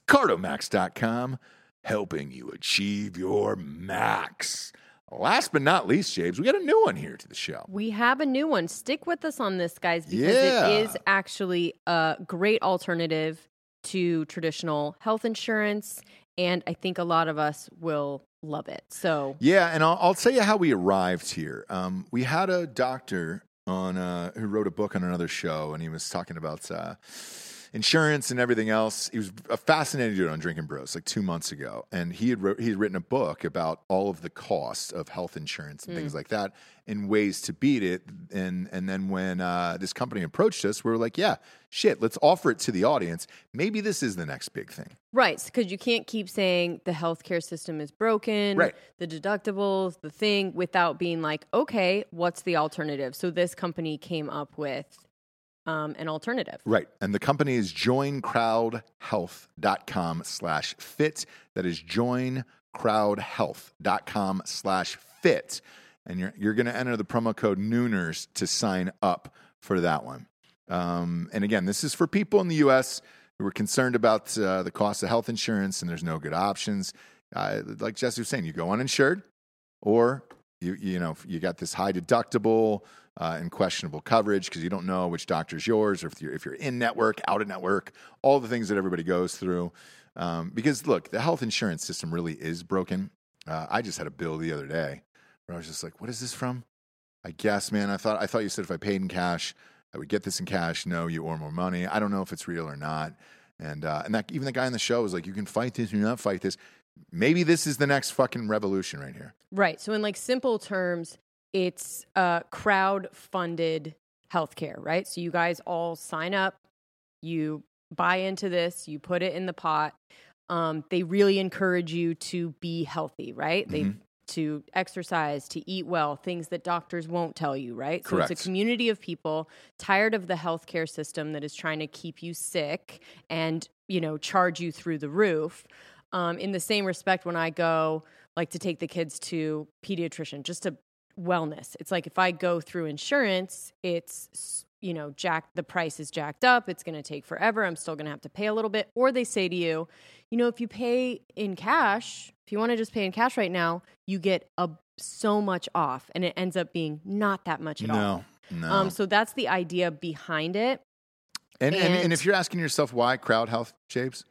cardomax.com, helping you achieve your max. Last but not least, James, we got a new one here to the show.
We have a new one. Stick with us on this, guys, because
Yeah.
it is actually a great alternative to traditional health insurance. And I think a lot of us will love it. So,
Yeah, and I'll, I'll tell you how we arrived here. Um, we had a doctor on uh, who wrote a book on another show, and he was talking about uh, insurance and everything else. He was a fascinated dude on Drinking Bros like two months ago, and he had wrote, he had written a book about all of the costs of health insurance and things like that, and ways to beat it. And and then when uh, this company approached us, we were like, yeah, shit, let's offer it to the audience. Maybe this is the next big thing.
right, because you can't keep saying the healthcare system is broken,
Right.
the deductibles, the thing, without being like, okay, what's the alternative? So, this company came up with um, an alternative.
Right. And the company is joincrowdhealth.com slash fit. That is joincrowdhealth.com slash fit. And you're, you're going to enter the promo code Nooners to sign up for that one. Um, and again, this is for people in the U.S. who are concerned about uh, the cost of health insurance and there's no good options. Uh, like Jesse was saying, you go uninsured or you you know you got this high deductible uh, and questionable coverage because you don't know which doctor's yours or if you're if you're in network, out of network, all the things that everybody goes through. Um, because look, the health insurance system really is broken. Uh, I just had a bill the other day where I was just like, "What is this from?" I guess, man. I thought I thought you said if I paid in cash, I would get this in cash. No, you owe more money. I don't know if it's real or not. And uh, and that even the guy on the show was like, you can fight this, you can not fight this. Maybe this is the next fucking revolution right here.
Right. So in like simple terms, it's uh, crowd funded healthcare, right? So you guys all sign up, you buy into this, you put it in the pot. Um, they really encourage you to be healthy, right? They
Mhm.
to exercise, to eat well, things that doctors won't tell you, right? So
Correct.
it's a community of people tired of the healthcare system that is trying to keep you sick and, you know, charge you through the roof. Um, in the same respect, when I go, like, to take the kids to pediatrician, just to wellness, it's like if I go through insurance, it's, you know, jack the price is jacked up. It's going to take forever. I'm still going to have to pay a little bit. Or they say to you, you know, if you pay in cash, if you want to just pay in cash right now, you get a, so much off, and it ends up being not that much at all.
No, no.
Um, so that's the idea behind it.
And, and, and
And-
if you're asking yourself why crowd health shapes,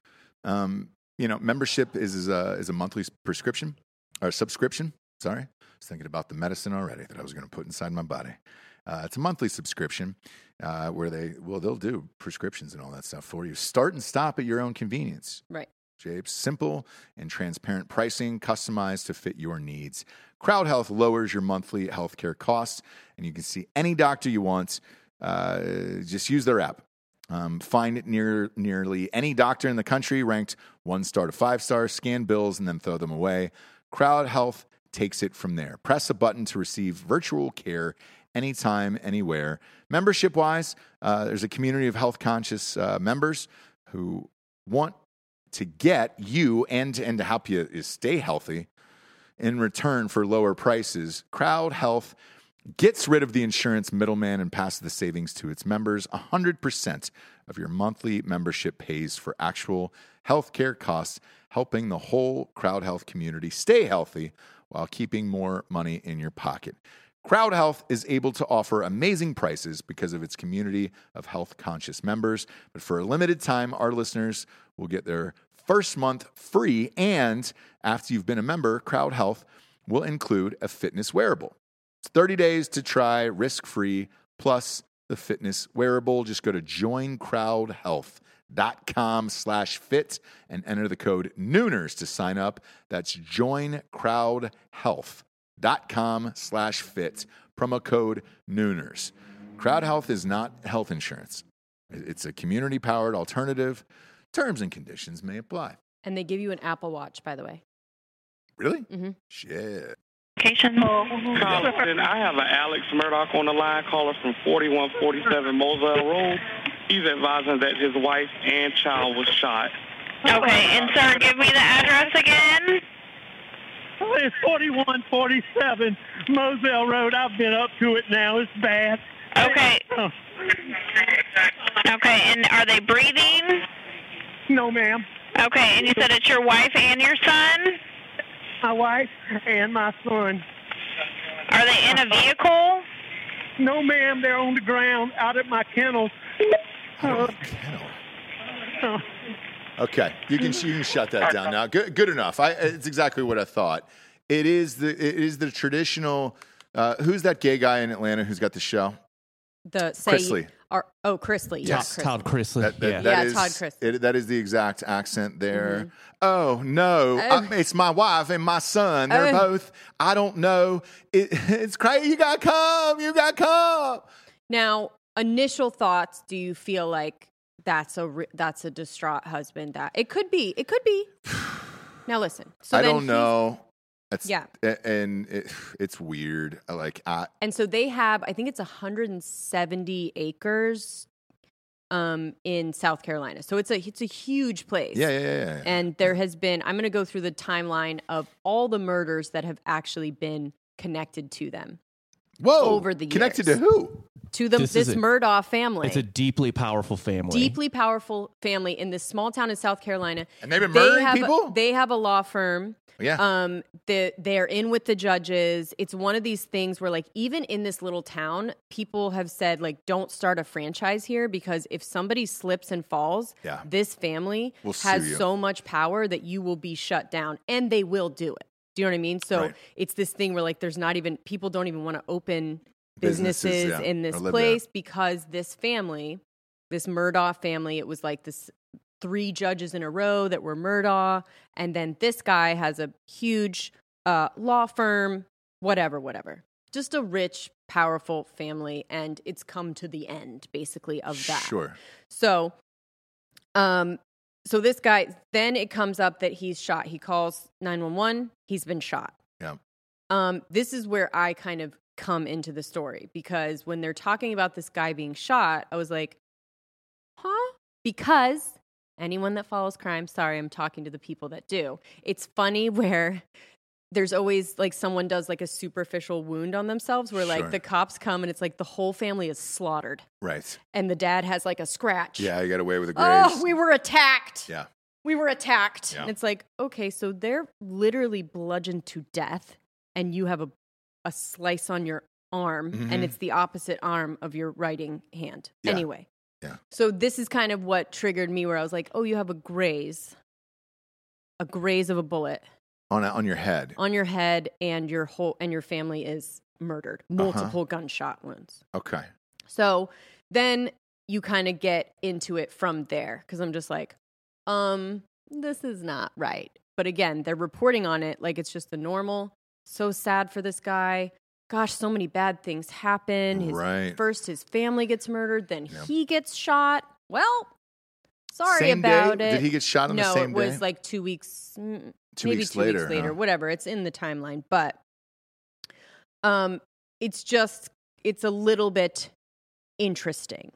um, you know, membership is, is a is a monthly s- prescription or subscription. Sorry, I was thinking about the medicine already that I was going to put inside my body. Uh, it's a monthly subscription uh, where they well they'll do prescriptions and all that stuff for you. Start and stop at your own convenience.
Right.
Shapes simple and transparent pricing, customized to fit your needs. Crowd Health lowers your monthly healthcare costs, and you can see any doctor you want. Uh, just use their app. Um, find it near nearly any doctor in the country, ranked one star to five star. Scan bills and then throw them away. Crowd Health takes it from there. Press a button to receive virtual care anytime, anywhere. Membership wise, uh, there's a community of health conscious uh, members who want to get you and and to help you is stay healthy in return for lower prices. Crowd Health gets rid of the insurance middleman and passes the savings to its members. 100% of your monthly membership pays for actual healthcare costs, helping the whole crowd health community stay healthy while keeping more money in your pocket. Crowd Health is able to offer amazing prices because of its community of health conscious members. But for a limited time, our listeners will get their first month free. And after you've been a member, Crowd Health will include a fitness wearable. It's 30 days to try risk free plus the fitness wearable. Just go to joincrowdhealth.com slash fit and enter the code Nooners to sign up. That's joincrowdhealth.com slash fit. Promo code Nooners. Crowd health is not health insurance. It's a community powered alternative. Terms and conditions may apply.
And they give you an Apple Watch, by the way.
Really?
Mhm.
Shit.
Location.
Carlton, I have an Alex Murdoch on the line, caller from 4147 Moselle Road. He's advising that his wife and child was shot.
Okay, and sir, give me the address again.
It's 4147 Moselle Road. I've been up to it now. It's bad.
Okay.
Oh,
Okay, and are they breathing?
no, ma'am.
Okay, and you said it's your wife and your son?
My wife and my son.
Are they in a vehicle?
No, ma'am. They're on the ground out at my kennel.
Out of the kennel.
Oh,
Okay, you can you can shut that down now. Good, good enough. I, it's exactly what I thought. It is the it is the traditional. Uh, who's that gay guy in Atlanta who's got the show?
The say
Chrisley.
Are, oh, Chrisley.
Yes.
Todd
Todd Chrisley.
That, that,
yeah.
that
Yeah,
is-
Todd Chris. Mm-hmm.
it- that is the exact accent there. Oh no,
Oh.
Um, it's my wife and my son. They're
Oh.
both. I don't know. It, [LAUGHS] it's crazy. You got to come. You got to come.
Now, initial thoughts. Do you feel like that's a re- that's a distraught husband? That it could be. It could
[SIGHS]
be. Now listen. So
I
then
don't
he's-
know. It's,
Yeah.
a- and it, [SIGHS] it's weird. Like I,
And so they have, I think it's 170 acres um, in South Carolina. So it's a it's a huge place.
yeah, yeah, yeah. yeah.
And there has been, I'm going to go through the timeline of all the murders that have actually been connected to them,
Whoa,
over the
connected
years.
to who?
to them,
This
this,
is a-
Murdaugh family.
It's a deeply powerful family.
deeply powerful family in this small town in South Carolina.
And they've been murdering
have,
people?
They have a law firm.
Yeah.
Um, the, they're in with the judges. It's one of these things where, like, even in this little town, people have said, like, don't start a franchise here because if somebody slips and falls,
Yeah.
this family
We'll sue you.
has so much power that you will be shut down and they will do it. Do you know what I mean? So
Right.
it's this thing where, like, there's not even, people don't even want to open businesses,
yeah,
in this
or live
place because this family, this Murdaugh family, it was like this three judges in a row that were Murdaugh. And then this guy has a huge uh, law firm, whatever, whatever. Just a rich, powerful family. And it's come to the end, basically,
there.
of that.
Sure.
So, um, so this guy, then it comes up that he's shot. He calls 911. He's been shot.
Yeah.
Um, this is where I kind of come into the story because when they're talking about this guy being shot, I was like, huh? Because anyone that follows crime, sorry, I'm talking to the people that do. It's funny [LAUGHS] where there's always like someone does like a superficial wound on themselves where
Sure.
like the cops come and it's like the whole family is slaughtered
Right.
and the dad has like a scratch.
Yeah, you got away with the graves.
Oh, we were attacked.
Yeah.
We were attacked.
Yeah.
And it's like, okay, so they're literally bludgeoned to death and you have a a slice on your arm
Mhm.
and it's the opposite arm of your writing hand.
Yeah.
Anyway.
Yeah.
So this is kind of what triggered me where I was like, "Oh, you have a graze. A graze of a bullet
on a, on your head.
on your head and your whole and your family is murdered.
Uh-huh.
Multiple gunshot wounds."
Okay.
So then you kind of get into it from there because I'm just like, um, this is not right. But again, they're reporting on it like it's just the normal. So sad for this guy. Gosh, so many bad things happen. His,
right.
First, his family gets murdered, then
Yeah.
he gets shot. Well, sorry
Same day?
about it.
Did he get shot on
no,
the same
it
day?
was like two weeks. mm,
two
maybe
weeks
two
later.
weeks later,
huh?
whatever. It's in the timeline, but um, it's just it's a little bit interesting.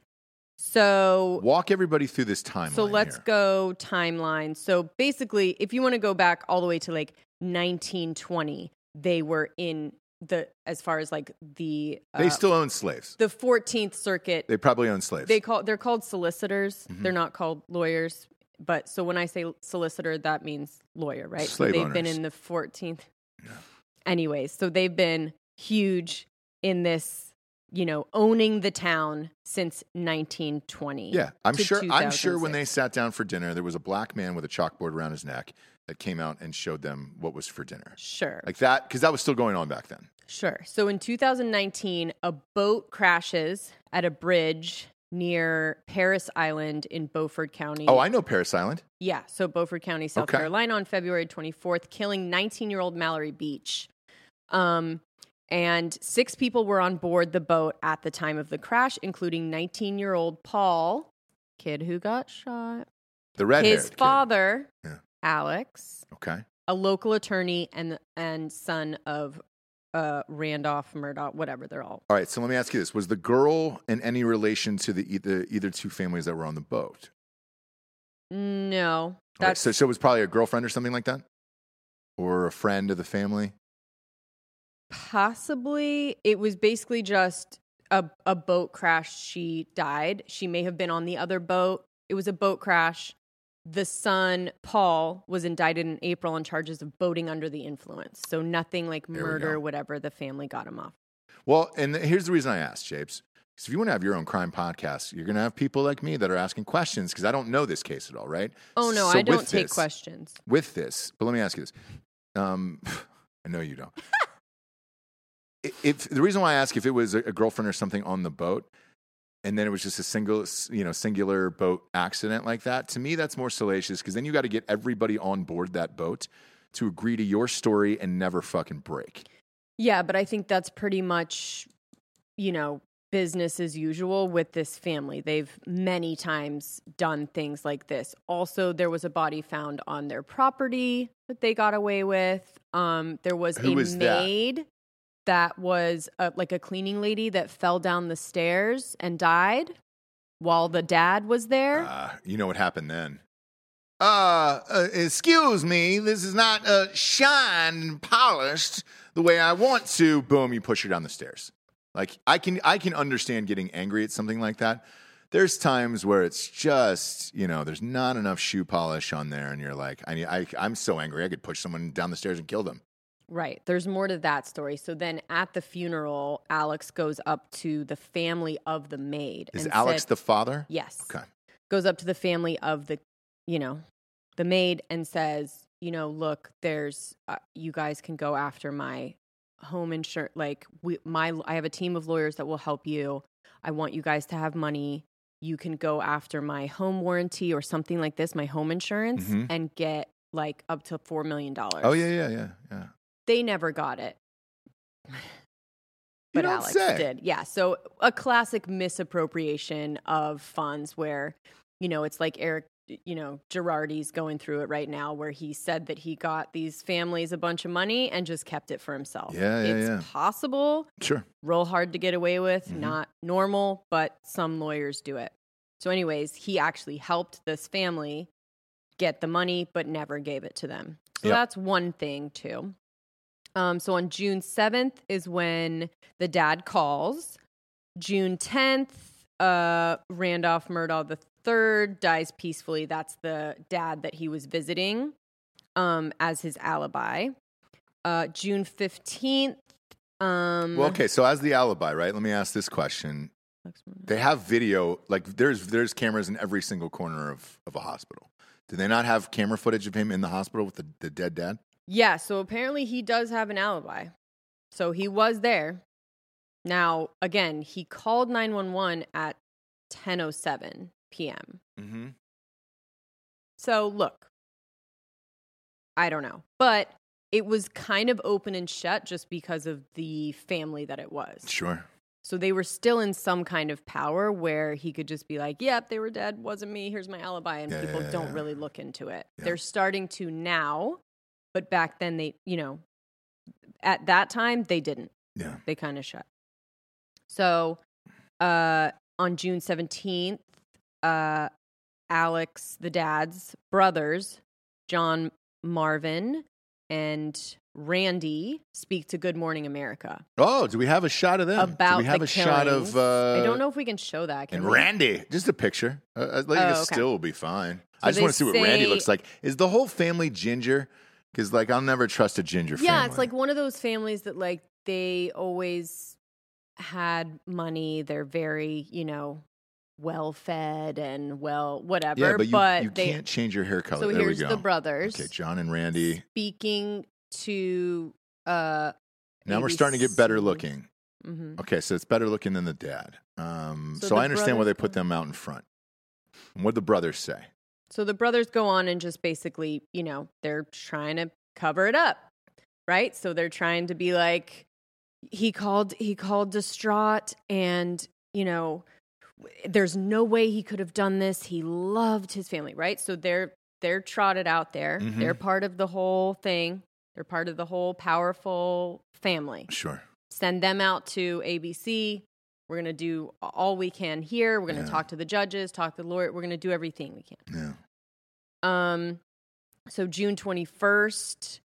So
Walk everybody through this timeline.
so let's
here.
go timeline. So basically, if you want to go back all the way to like 1920, they were in the as far as like the
They
uh,
still own slaves.
the 14th Circuit
They probably own slaves.
they call they're called solicitors.
Mhm.
They're not called lawyers. But so when I say solicitor, that means lawyer, right? So
Slave
they've been
owners.
in the 14th. Anyways, so they've been huge in this, you know, owning the town since 1920.
yeah, I'm
to
sure. I'm sure when they
2006.
sat down for dinner, there was a black man with a chalkboard around his neck that came out and showed them what was for dinner,
Sure.
like that, because that was still going on back then.
Sure. So in 2019, a boat crashes at a bridge near Paris Island in Beaufort County.
Oh, I know Paris Island.
Yeah, so Beaufort County, South
Okay.
Carolina on February 24th, killing 19 year old Mallory Beach. Um, and six people were on board the boat at the time of the crash, including 19 year old Paul, kid who got shot,
The red
his father,
Yeah.
Alex,
Okay.
a local attorney, and, and son of uh, Randolph Murdoch, whatever they're all.
All right. So let me ask you this: Was the girl in any relation to the either, either two families that were on the boat?
No,
All right,
that's
so, so it was probably a girlfriend or something like that, or a friend of the family.
Possibly. It was basically just a, a boat crash. She died. She may have been on the other boat. It was a boat crash. The son, Paul, was indicted in April on charges of boating under the influence. So nothing like
There we
murder,
go.
whatever the family got him off.
Well, and here's the reason I asked, Japes. Because if you want to have your own crime podcast, you're going to have people like me that are asking questions because I don't know this case at all, right?
Oh no,
So
I don't
with
take
this-
questions.
With this, but let me ask you this. Um, [LAUGHS] I know you don't. I- if the reason why I ask if it was a, a girlfriend or something on the boat, and then it was just a single, s- you know, singular boat accident like that, to me that's more salacious because then you got to get everybody on board that boat to agree to your story and never fucking break.
Yeah, but I think that's pretty much, you know, business as usual with this family. They've many times done things like this. Also, there was a body found on their property that they got away with. Um, there was
Who
a
was that?
maid that, was a, like a cleaning lady that fell down the stairs and died while the dad was there.
Ah, you know what happened then. Uh, uh, excuse me, this is not uh, shined and polished the way I want to. Boom, you push her down the stairs. Like I can, I can understand getting angry at something like that. There's times where it's just, you know, there's not enough shoe polish on there, and you're like, I, I I'm so angry, I could push someone down the stairs and kill them.
Right. There's more to that story. So then at the funeral, Alex goes up to the family of the maid.
Is
and
Alex
said-
the father?
Yes.
Okay.
Goes up to the family of the, you know, the maid and says, you know, look, there's, uh, you guys can go after my home insurance. Like we, my, I have a team of lawyers that will help you. I want you guys to have money. You can go after my home warranty or something like this, my home insurance,
Mhm.
and get like up to four million dollars.
Oh yeah, yeah, yeah, yeah.
they never got it. But
don't
Alex
say.
did. Yeah. So a classic misappropriation of funds where, you know, it's like Eric, you know, Girardi's going through it right now where he said that he got these families a bunch of money and just kept it for himself.
Yeah, yeah,
it's
yeah.
possible,
Sure.
real hard to get away with,
Mhm.
not normal, but some lawyers do it. So, anyways, he actually helped this family get the money, but never gave it to them. So
Yep.
that's one thing too. Um, so on June seventh is when the dad calls. June tenth, uh, Randolph Murdaugh the third dies peacefully. That's the dad that he was visiting um, as his alibi. Uh, June fifteenth. Um,
Well, okay. So as the alibi, right? Let me ask this question.
Alex Murdaugh.
They have video. Like there's there's cameras in every single corner of of a hospital. Do they not have camera footage of him in the hospital with the, the dead dad?
Yeah, so apparently he does have an alibi. So he was there. Now, again, he called 911 at 10:07 p.m.
Mm-hmm.
So, look. I don't know. But it was kind of open and shut just because of the family that it was.
Sure.
So they were still in some kind of power where he could just be like, yep, they were dead, wasn't me, here's my alibi. And
Yeah,
people
yeah,
don't
yeah.
really look into it.
Yeah.
They're starting to now, but back then they, you know, at that time they didn't.
Yeah.
They kind of shut. So uh, on June 17th, uh, Alex, the dad's brothers, John Marvin and Randy, speak to Good Morning America
Oh, do we have a shot of them?
about
do we have
the
a shot
killings.
of? Uh,
I don't know if we can show that. Can
And
we?
Randy, just a picture. Uh, I think
Oh,
a
okay.
still will be fine.
So
I just
they
want to see what Randy
say-
looks like. Is the whole family ginger? Because like I'll never trust a ginger.
yeah,
family.
it's like one of those families that like they always had money. They're very, you know, well fed and well whatever.
yeah, but you, you
they,
can't change your hair color.
So
there
here's
we go.
the brothers
Okay, John and Randy.
speaking to. uh
Now we're starting to get better
ABC.
looking.
mhm.
Okay, so it's better looking than the dad. Um, so
So the
I understand why they
brothers-
put them out in front. And What'd the brothers say?
So the brothers go on and just basically, you know, they're trying to cover it up, right? So they're trying to be like, he called, he called distraught, and you know, w- there's no way he could have done this. He loved his family, right? So they're they're trotted out there.
Mhm.
They're part of the whole thing. They're part of the whole powerful family
Sure.
send them out to ABC. We're going to do all we can here. We're going to
Yeah.
talk to the judges, talk to the lawyer. We're going to do everything we can.
Yeah.
Um, so June 21st,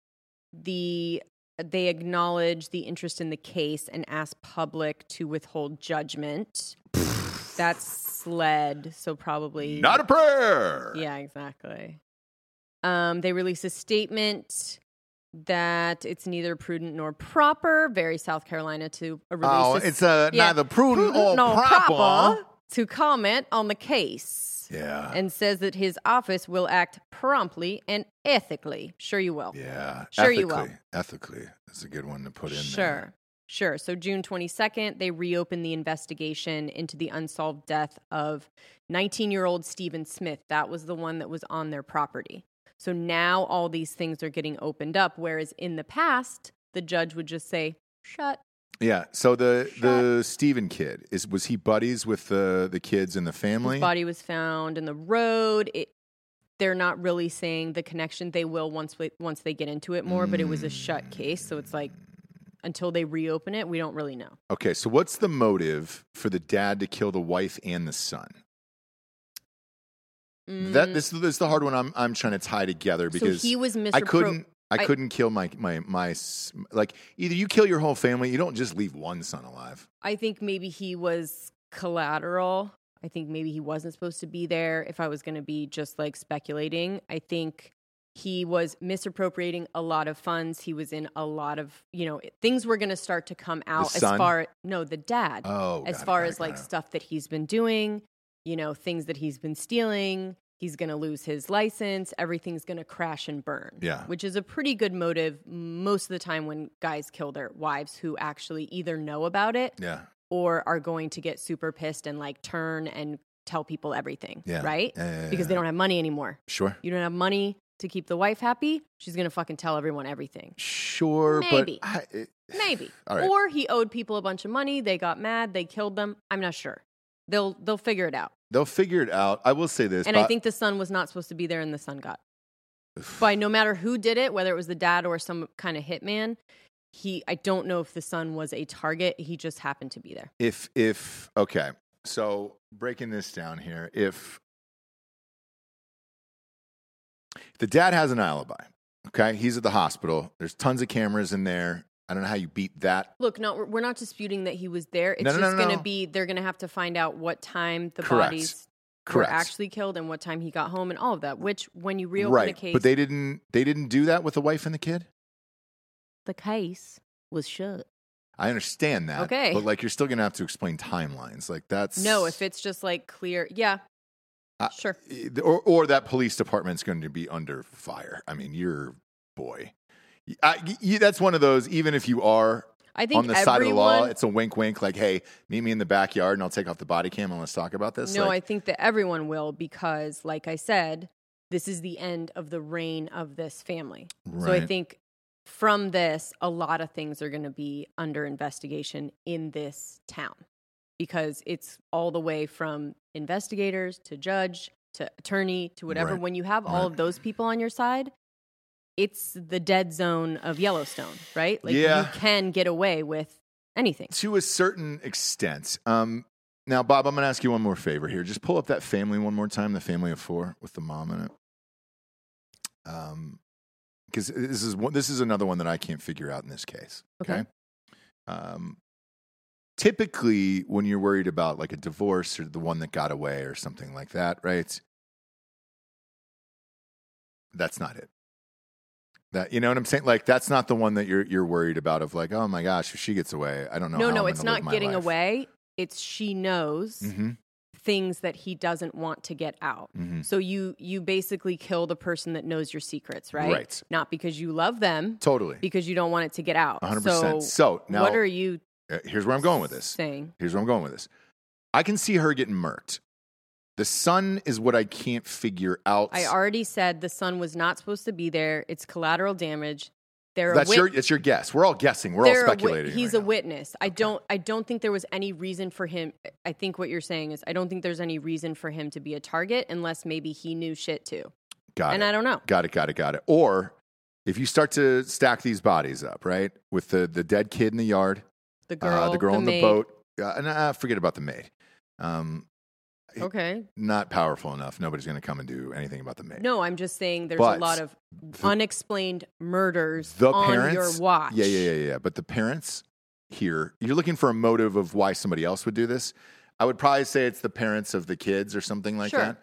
the they acknowledge the interest in the case and ask public to
[LAUGHS]
withhold judgment. That's sled, so probably
Not a prayer.
yeah, exactly. Um, they release a statement that it's neither prudent nor proper, very South Carolina to uh, release.
Oh,
a
it's uh,
yeah,
neither prudent,
prudent
or
nor
proper.
to comment on the case
Yeah.
and says that his office will act promptly and ethically. Sure, you will.
Yeah.
Sure
ethically,
you will.
Ethically. That's a good one to put in
Sure. Sure. So June 22nd, they reopened the investigation into the unsolved death of 19 year old Stephen Smith. That was the one that was on their property. So now all these things are getting opened up. Whereas in the past, the judge would just say, shut.
there. Yeah. So the
Shut-
the Stephen kid is was he buddies with the the kids and the family?
His body was found in the road. It, they're not really saying the connection. They will once we, once they get into it more, but it was a shut case. So it's like until they reopen it, we don't really know.
Okay. So what's the motive for the dad to kill the wife and the son? That this, this is the hard one I'm I'm trying to tie together because
Mm. so he was misappro-
I couldn't I,
I-
couldn't kill my my my s- like either you kill your whole family you don't just leave one son alive.
I think maybe he was collateral. I think maybe he wasn't supposed to be there if I was going to be just like speculating. I think he was misappropriating a lot of funds. He was in a lot of, you know, things were going to start to come out as
son?
far no, the dad
Oh,
as
got it,
far
got it,
as like
got it.
stuff that he's been doing, you know, things that he's been stealing, he's going to lose his license, everything's going to crash and burn.
Yeah.
Which is a pretty good motive most of the time when guys kill their wives who actually either know about it
Yeah.
or are going to get super pissed and like turn and tell people everything,
Yeah.
right?
Yeah, yeah, yeah,
because they
yeah.
don't have money anymore.
Sure.
You don't have money to keep the wife happy, she's going to fucking tell everyone everything.
Sure.
Maybe.
But I, it,
Maybe.
All right.
Or he owed people a bunch of money, they got mad, they killed them. I'm not sure. They'll they'll figure it out.
they'll figure it out. I will say this.
and
Bob-
I think the son was not supposed to be there, and the son got. By no matter who did it, whether it was the dad or some kind of hitman, he I don't know if the son was a target. He just happened to be there.
if if okay so breaking this down here if the dad has an alibi okay he's at the hospital there's tons of cameras in there i don't know how you beat that
Look, no, we're- we're not disputing that he was there. It's
No, no,
just
no, no,
going
no.
to be they're going to have to find out what time the
Correct.
bodies
correct
were actually killed and what time he got home and all of that. Which, when you reopen
right
a case,
but they didn't they didn't do that with the wife and the kid
the case was shut.
i understand that
Okay.
but like you're still gonna have to explain timelines like that's
No, if it's just like clear, yeah,
Uh,
sure.
or, or that police department's going to be under fire i mean you're boy I, you, that's one of those even if you are
I think
on the
everyone,
side of the law, it's a wink, wink. Like, hey, meet me in the backyard, and I'll take off the body cam and let's talk about this.
No,
like,
I think that everyone will because, like I said, this is the end of the reign of this family. So I
Right.
think from this, a lot of things are going to be under investigation in this town because it's all the way from investigators to judge to attorney to whatever.
Right.
When you have all
Right.
of those people on your side, it's the dead zone of Yellowstone, right? Like
Yeah.
you can get away with anything.
to a certain extent. Um, now, Bob, I'm going to ask you one more favor here. Just pull up that family one more time, the family of four with the mom in it. Um, because this is one, this is another one that I can't figure out in this case.
Okay.
Um, typically, when you're worried about like a divorce or the one that got away or something like that, right? That's not it. That you know what I'm saying? Like that's not the one that you're you're worried about. Of like, oh my gosh, if she gets away, I don't know.
No,
how
no,
I'm
it's
gonna live
not
my
getting
life.
away. It's she knows
Mhm,
things that he doesn't want to get out.
mhm.
So you you basically kill the person that knows your secrets, right?
Right.
Not because you love them,
Totally.
because you don't want it to get out.
100%. So,
So,
now
what are you
uh, here's where I'm going with this.
saying?
Here's where I'm going with this. I can see her getting murked. The son is what I can't figure out.
I already said the son was not supposed to be there. It's collateral damage. They're a
that's
wit-
your that's your guess. We're all guessing. We're all
they're a wit-
speculating.
he's
right
a
now.
witness. I don't. I don't think there was any reason for him. I think what you're saying is I don't think there's any reason for him to be a target unless maybe he knew shit too.
Got
and
it.
I don't know.
Got it. Got it. Got it. Or if you start to stack these bodies up, right, with the the dead kid in the yard,
The girl,
uh, the girl in the
maid.
boat, uh, and uh, forget about the maid. Um,
Okay.
not powerful enough. Nobody's going to come and do anything about the maid.
No, I'm just saying there's
But
a lot of unexplained murders
the
on
parents
your watch.
Yeah, yeah, yeah, yeah. But the parents here, you're looking for a motive of why somebody else would do this. I would probably say it's the parents of the kids or something like
Sure.
that.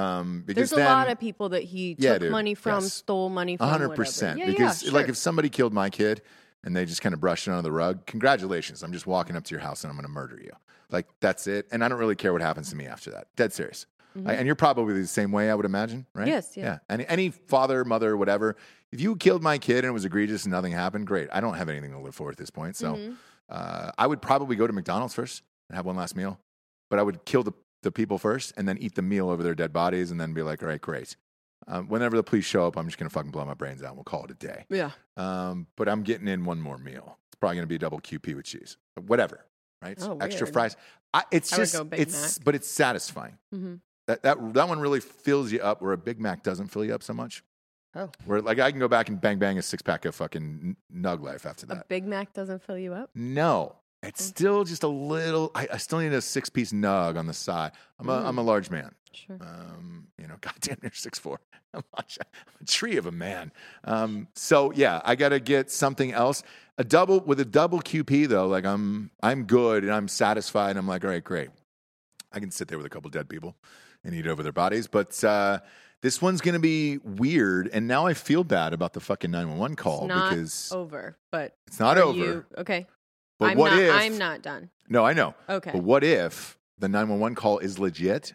Um, because
There's a
then,
lot of people that he
Yeah,
took
dude,
money from,
yes.
stole money from.
A hundred
whatever.
percent.
Yeah,
because
yeah,
like
sure.
if somebody killed my kid and they just kind of brushed it under the rug, congratulations. I'm just walking up to your house and I'm going to murder you. Like that's it. And I don't really care what happens to me after that. Dead serious. I- and you're probably the same way, I would imagine, right?
Mm-hmm. Yes, yeah.
Any any father, mother, whatever. If you killed my kid and it was egregious and nothing happened, great. I don't have anything to live for at this point.
Mm-hmm.
So uh, I would probably go to McDonald's first and have one last meal. But I would kill the, the people first and then eat the meal over their dead bodies and then be like, all right, great. Um, whenever the police show up, I'm just going to fucking blow my brains out and we'll call it a day.
yeah.
Um, but I'm getting in one more meal. It's probably going to be a double QP with cheese, whatever, right?
Oh,
Extra
weird.
fries. I, it's
I would
just,
go Big
it's, but it's satisfying.
Mhm.
That, that, that one really fills you up where a Big Mac doesn't fill you up so much.
Oh.
Where like I can go back and bang bang a six pack of fucking n- Nug Life after
A
that.
Big Mac doesn't fill you up.
No, it's
Mm.
still just a little, I, I still need a six piece Nug on the side. I'm a,
Mm.
am a large man.
Sure.
Um, you know, [LAUGHS] goddamn near six four. I'm a, I'm a tree of a man. Um, so yeah, I gotta get something else. A double with a double QP though, like I'm I'm good and I'm satisfied. And I'm like, all right, great. I can sit there with a couple dead people and eat over their bodies. But uh, this one's gonna be weird. And now I feel bad about the fucking 911 call
it's not
because
over, but
it's not
are
over.
you- okay.
but
I'm
what
not,
if
I'm not done.
No, I know.
Okay.
But what if the 911 call is legit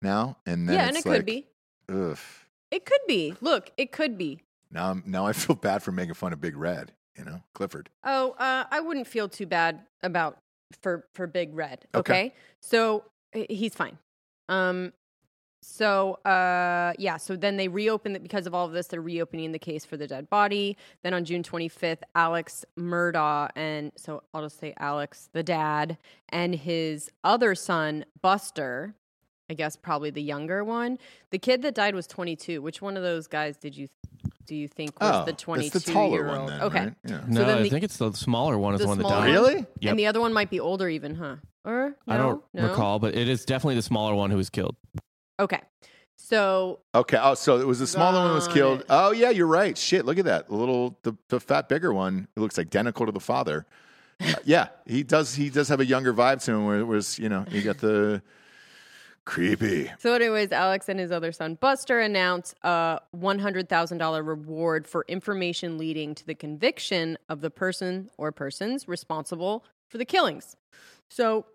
now? And then
yeah,
it's
and it
like,
could be.
Ugh.
It could be. Look, it could be.
Now, I'm, now I feel [LAUGHS] bad for making fun of Big Red. You know, Clifford.
Oh, uh, I wouldn't feel too bad about for for Big Red.
Okay.
Okay, so uh, he's fine. Um, so uh, yeah. So then they reopened it because of all of this. They're reopening the case for the dead body. Then on June 25th, Alex Murdaugh and so I'll just say Alex, the dad, and his other son Buster. I guess probably the younger one. The kid that died was 22. Which one of those guys did you do you think was the 22
Oh, it's the taller
year
one
old?
then,
okay.
right? Yeah.
No,
then
I
the-
think it's the smaller one is
the
the one that
smaller
died.
one? Really?
Yep.
And the other one might be older, even, huh? Or no?
I don't
no?
recall, but it is definitely the smaller one who was killed.
Okay, so
Okay. Oh, so it was the smaller one was
Got
killed.
it.
Oh, yeah, you're right. Shit, look at that. A little the, the fat bigger one. It looks identical to the
[LAUGHS]
father. Uh, yeah, he does. He does have a younger vibe to him. Where it was, you know, you got the creepy.
so anyways, Alex and his other son Buster announced a one hundred thousand dollar reward for information leading to the conviction of the person or persons responsible for the killings. So.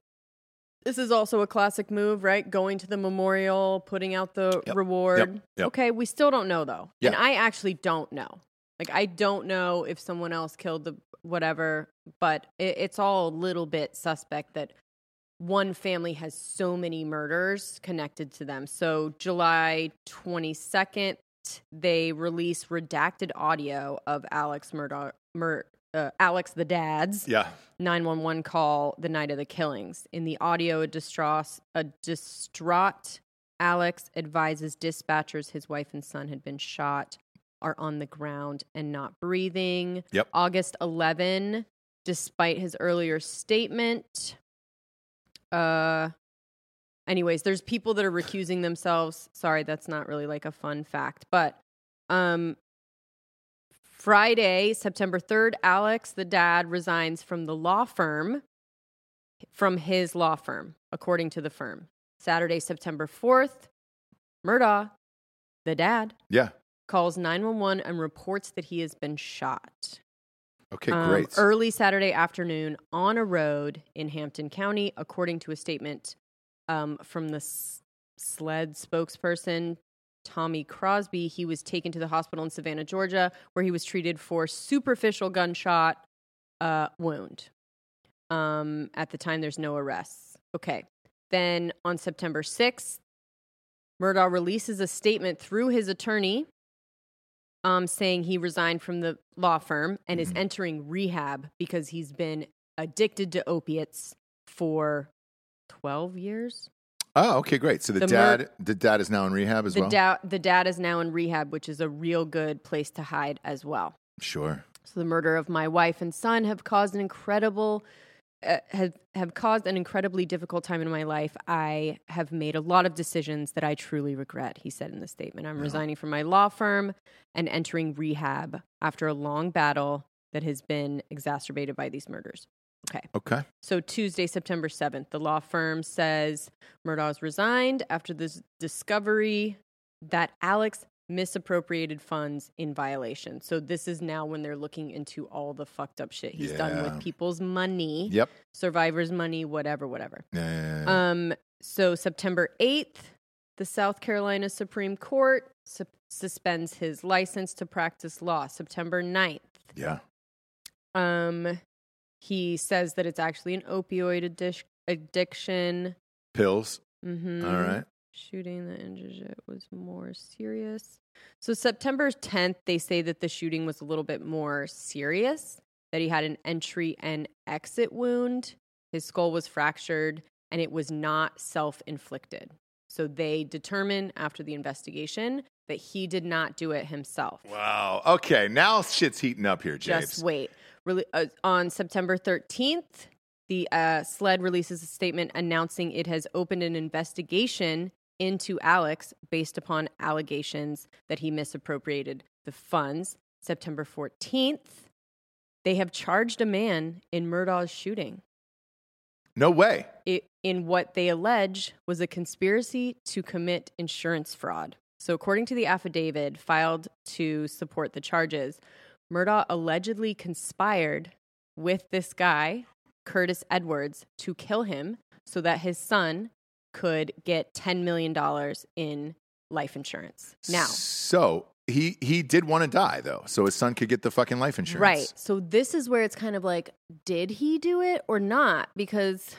This is also a classic move, right? Going to the memorial, putting out the
Yep.
reward.
Yep.
Okay, we still don't know though. And
Yeah.
I actually don't know. Like I don't know if someone else killed the whatever, but it, it's all a little bit suspect that one family has so many murders connected to them. So July 22nd, they release redacted audio of Alex Murdoch Mur- uh, Alex the dad's
Yeah.
911 call the night of the killings. In the audio, a distraught, a distraught Alex advises dispatchers his wife and son had been shot, are on the ground, and not breathing.
Yep.
August 11, despite his earlier statement. Uh, anyways, there's people that are recusing themselves. Sorry, that's not really like a fun fact, but um, Friday, September 3rd, Alex, the dad, resigns from the law firm, from his law firm, according to the firm. Saturday, September 4th, Murdaugh, the dad,
Yeah.
calls 911 and reports that he has been shot.
Okay.
Um,
great.
Early Saturday afternoon on a road in Hampton County, according to a statement um, from the s- sled spokesperson, Tommy Crosby. He was taken to the hospital in Savannah, Georgia, where he was treated for superficial gunshot uh, wound. Um, at the time, there's no arrests. Okay. Then on September 6th, Murdaugh releases a statement through his attorney um, saying he resigned from the law firm and is
Mhm.
entering rehab because he's been addicted to opiates for 12 years.
oh, okay. Great. So the,
the
dad,
mur-
the dad is now in rehab as
the,
well.
da- the dad is now in rehab, which is a real good place to hide as well.
sure.
So the murder of my wife and son have caused an incredible uh, have have caused an incredibly difficult time in my life. I have made a lot of decisions that I truly regret, he said in the statement. I'm
Yeah.
resigning from my law firm and entering rehab after a long battle that has been exacerbated by these murders.
Okay.
So Tuesday, September 7th, the law firm says Murdaugh's resigned after this discovery that Alex misappropriated funds in violation. So this is now when they're looking into all the fucked up shit he's done
Yeah.
with people's money,
Yep.
survivors' money, whatever, whatever.
Yeah, yeah, yeah.
Um, so September 8th, the South Carolina Supreme Court sup- suspends his license to practice law. September 9th,
yeah.
um, he says that it's actually an opioid addic- addiction.
Pills.
Mm-hmm.
All right.
Shooting the injured was more serious. So September 10th, they say that the shooting was a little bit more serious. That he had an entry and exit wound. His skull was fractured, and it was not self-inflicted. So they determine after the investigation that he did not do it himself.
Wow. Okay. Now shit's heating up here, James.
Just wait. Rele uh, on September 13th, the uh, SLED releases a statement announcing it has opened an investigation into Alex based upon allegations that he misappropriated the funds. September 14th, they have charged a man in Murdaugh's shooting
No way.
i in what they allege was a conspiracy to commit insurance fraud. So, according to the affidavit filed to support the charges, Murdaugh allegedly conspired with this guy, Curtis Edwards, to kill him so that his son could get $10 million in life insurance now.
So he he did want to die though, so his son could get the fucking life insurance.
Right. So this is where it's kind of like, did he do it or not? Because,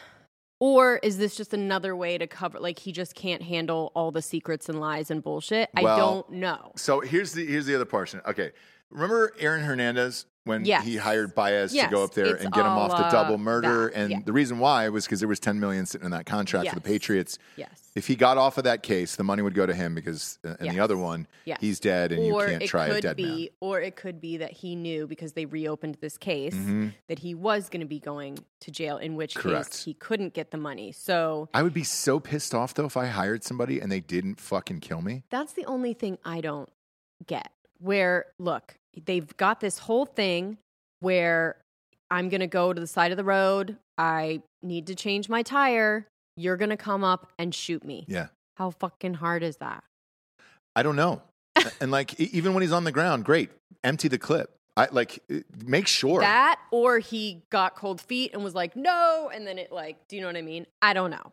or is this just another way to cover? Like he just can't handle all the secrets and lies and bullshit.
Well,
I don't know.
So here's the here's the other portion. Okay, remember Aaron Hernandez when
Yes.
he hired Baez
Yes.
to go up there
It's
and get him
all,
off the
uh,
double murder,
that.
and
Yeah.
the reason why was because there was ten million sitting in that contract for the
Yes.
Patriots.
Yes.
If he got off of that case, the money would go to him because uh, in the
Yes.
other one,
Yes.
he's dead and
or
you can't
it
try
could
a dead
be, or it could be that he knew because they reopened this case
man. Mhm.
that he was going to be going to jail. In which
Correct.
case he couldn't get the money. So
I would be so pissed off though if I hired somebody and they didn't fucking kill me.
That's the only thing I don't get. Where, look, they've got this whole thing where I'm going to go to the side of the road. I need to change my tire. You're going to come up and shoot me.
Yeah.
How fucking hard is that?
I don't
[LAUGHS]
know. and like e- even when he's on the ground, great, empty the clip. I like uh, make sure.
That or he got cold feet and was like, no. And then it, like, do you know what I mean? I don't know.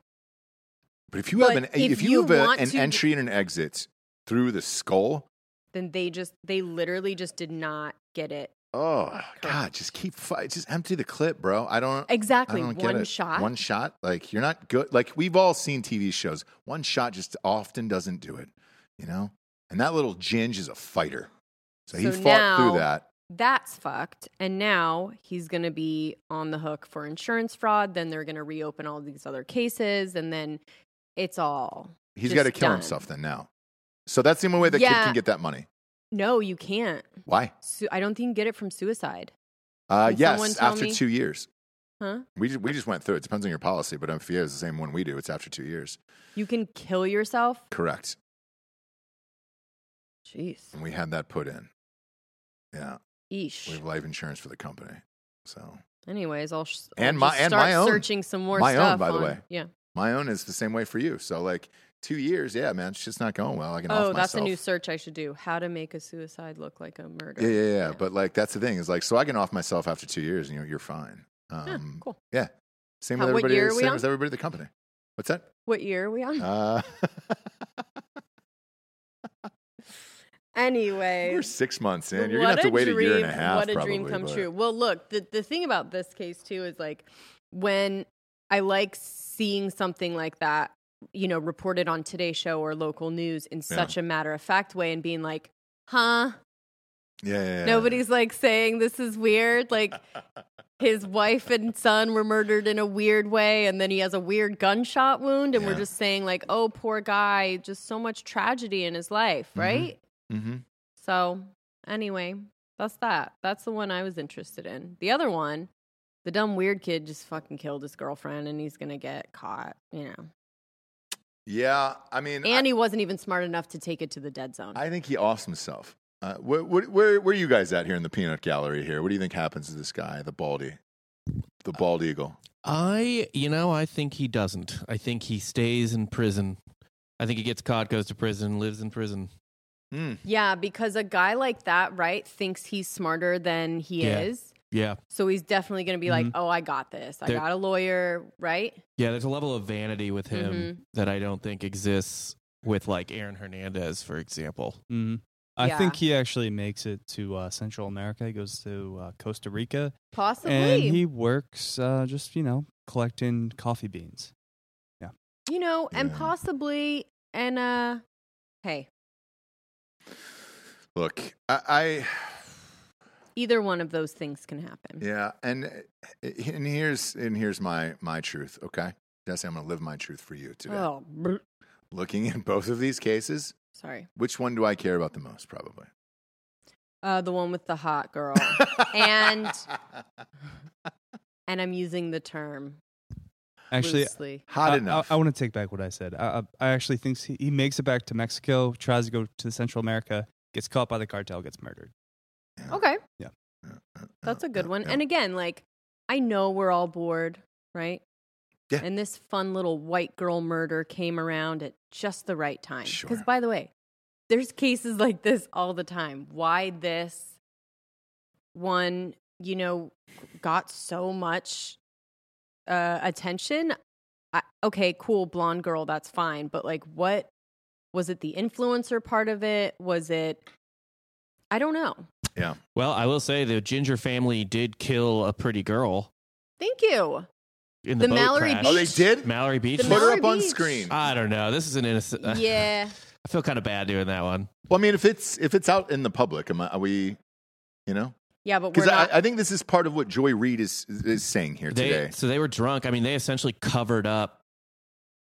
But if you
But
have an e, if,
if
you,
you
have a,
want
an
to-
entry and an exit through the skull,
Then they just, they literally just did not get it.
oh god, just keep fi- just empty the clip, bro. I don't I
Exactly.
don't get
One
it.
shot.
One shot, like you're not good. Like we've all seen TV shows. One shot just often doesn't do it, you know. And that little Ginge is a fighter, so, he
So
fought
now-
through that.
that's fucked. And now he's going to be on the hook for insurance fraud. Then they're going to reopen all these other cases. And then it's all.
He's
just
got to kill
done.
himself then now. So that's the only way the kid
Yeah.
can get that money.
No, you can't.
Why?
Su- I don't think you can get it from suicide.
Uh,
Can someone
yes,
tell
after
me?
two years.
Huh?
We just, we just went through it. Depends on your policy, but if you have the same one we do, it's after two years.
You can kill yourself.
Correct.
Jeez.
And we had that put in. Yeah, we
Eesh.
have life insurance for the company. So
Anyways, I'll, sh- I'll
And my-
just
and
start
my own.
searching some more
My own,
stuff.
by the
on-
way.
Yeah.
my own is the same way for you. So like two years, yeah, man, it's just not going well. I can.
Oh,
off
that's a
myself.
new search I should do. How to make a suicide look like a murder.
Yeah, yeah, yeah, But like that's the thing is like so I can off myself after two years, and you know, you're fine. Um,
Huh, cool.
Yeah, same
How-
with
what
everybody.
year are we
same
on? Hmm.
as everybody at the company. What's that?
What year are we on?
Uh, [LAUGHS]
anyway.
we're six months in. You're gonna have to wait a year and a
dream-
half.
What a dream
probably,
come
but-
true. Well, look, the, the thing about this case too is like when I like seeing something like that, you know, reported on Today Show or local news in such a matter of fact way and being like, huh?
Yeah, yeah, yeah.
Nobody's like saying this is
[LAUGHS]
weird. Like his wife and son were murdered in a weird way, and then he has a weird gunshot wound, and
Yeah.
we're just saying like, oh, poor guy, just so much tragedy in his life,
Mhm.
right?
Mm-hmm.
So, anyway, that's that. That's the one I was interested in. The other one, the dumb weird kid just fucking killed his girlfriend and he's going to get caught, you know.
Yeah, I mean,
And he wasn't even smart enough to take it to the dead zone.
I, I think he offs himself. Uh, where, where, where, where are you guys at here in the peanut gallery? Here, what do you think happens to this guy, the baldy, the
Uh,
bald eagle?
I, you know, I think he doesn't. I think he stays in prison. I think he gets caught, goes to prison, lives in prison.
Hmm.
yeah, because a guy like that, right, thinks he's smarter than he
Yeah.
is.
Yeah.
So he's definitely going to be like, "Oh, I got this. I
There-
got a lawyer, right?"
Yeah, there's a level of vanity with him
Mm-hmm.
that I don't think exists with like Aaron Hernandez, for example.
Mhm. I
Yeah.
think he actually makes it to uh, Central America. He goes to uh, Costa Rica,
Possibly.
and he works uh, just you know collecting coffee beans.
you know, and
Yeah.
possibly and uh hey,
Look, I, I, [SIGHS]
either one of those things can happen.
yeah, and eh, and here's and here's my my truth. Okay, Jesse, I'm gonna live my truth for you today.
Oh, brr.
Looking at both of these cases,
sorry.
which one do I care about the most? Probably.
Uh, the one with the hot
[LAUGHS]
girl. Oh, and and I'm using the term
Actually,
loosely.
hot
I,
enough.
I, want to take back what I said. I, I I actually think he, he makes it back to Mexico, tries to go to Central America, gets caught by the cartel, gets murdered.
Okay,
Yeah,
that's a good
yeah,
one.
yeah.
And again, like I know we're all bored, right?
Yeah.
And this fun little white girl murder came around at just the right time. Because
Sure.
by the way, there's cases like this all the time. Why this one, you know, got so much uh, attention? I, okay, cool, blonde girl, that's fine. But like, what Was it the influencer part of it? Was it? I don't know.
Well, I will say the Ginger family did kill a pretty girl
[LAUGHS]
Thank you.
in the,
The
boat
Mallory
crash.
Oh, they did?
Mallory Beach.
The
Put her
Mallory
up on
Beach.
screen.
I don't know. This is an innocent. [LAUGHS]
Yeah.
I feel kind of bad doing that one.
Well, I mean, if it's if it's out in the public, am I, are we, you know?
Yeah, but we're
Because I,
not.
I think this is part of what Joy Reid is is saying here
They
today.
so they were drunk. I mean, they essentially covered up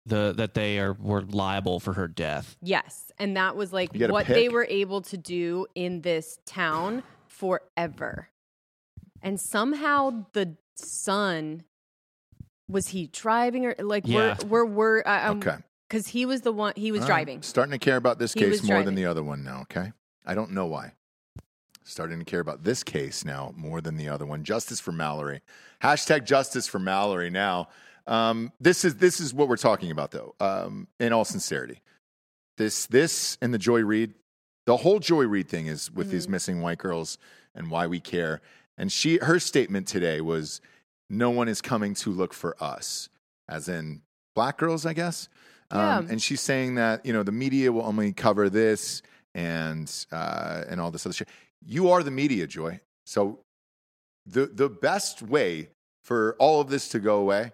the that they are were liable for her death.
yes. And that was like
You gotta
what they
pick.
were able to do in this town forever. And somehow the son was he driving or like
Yeah.
we're we're we're uh, um,
okay,
cuz he was the one he was
All right.
driving.
Starting to care about this
He
case
was
more than
driving.
the other one now. Okay, I don't know why. Starting to care about this case now more than the other one. Justice for Mallory. Hashtag justice for Mallory. Now, um, this is this is what we're talking about though. Um, in all sincerity, this this and the Joy Reid, the whole Joy Reid thing is with
Mm.
these missing white girls and why we care. And she her statement today was, "No one is coming to look for us," as in black girls, I guess. Um,
Yeah.
and she's saying that you know the media will only cover this and uh, and all this other shit. You are the media, Joy. So the the best way for all of this to go away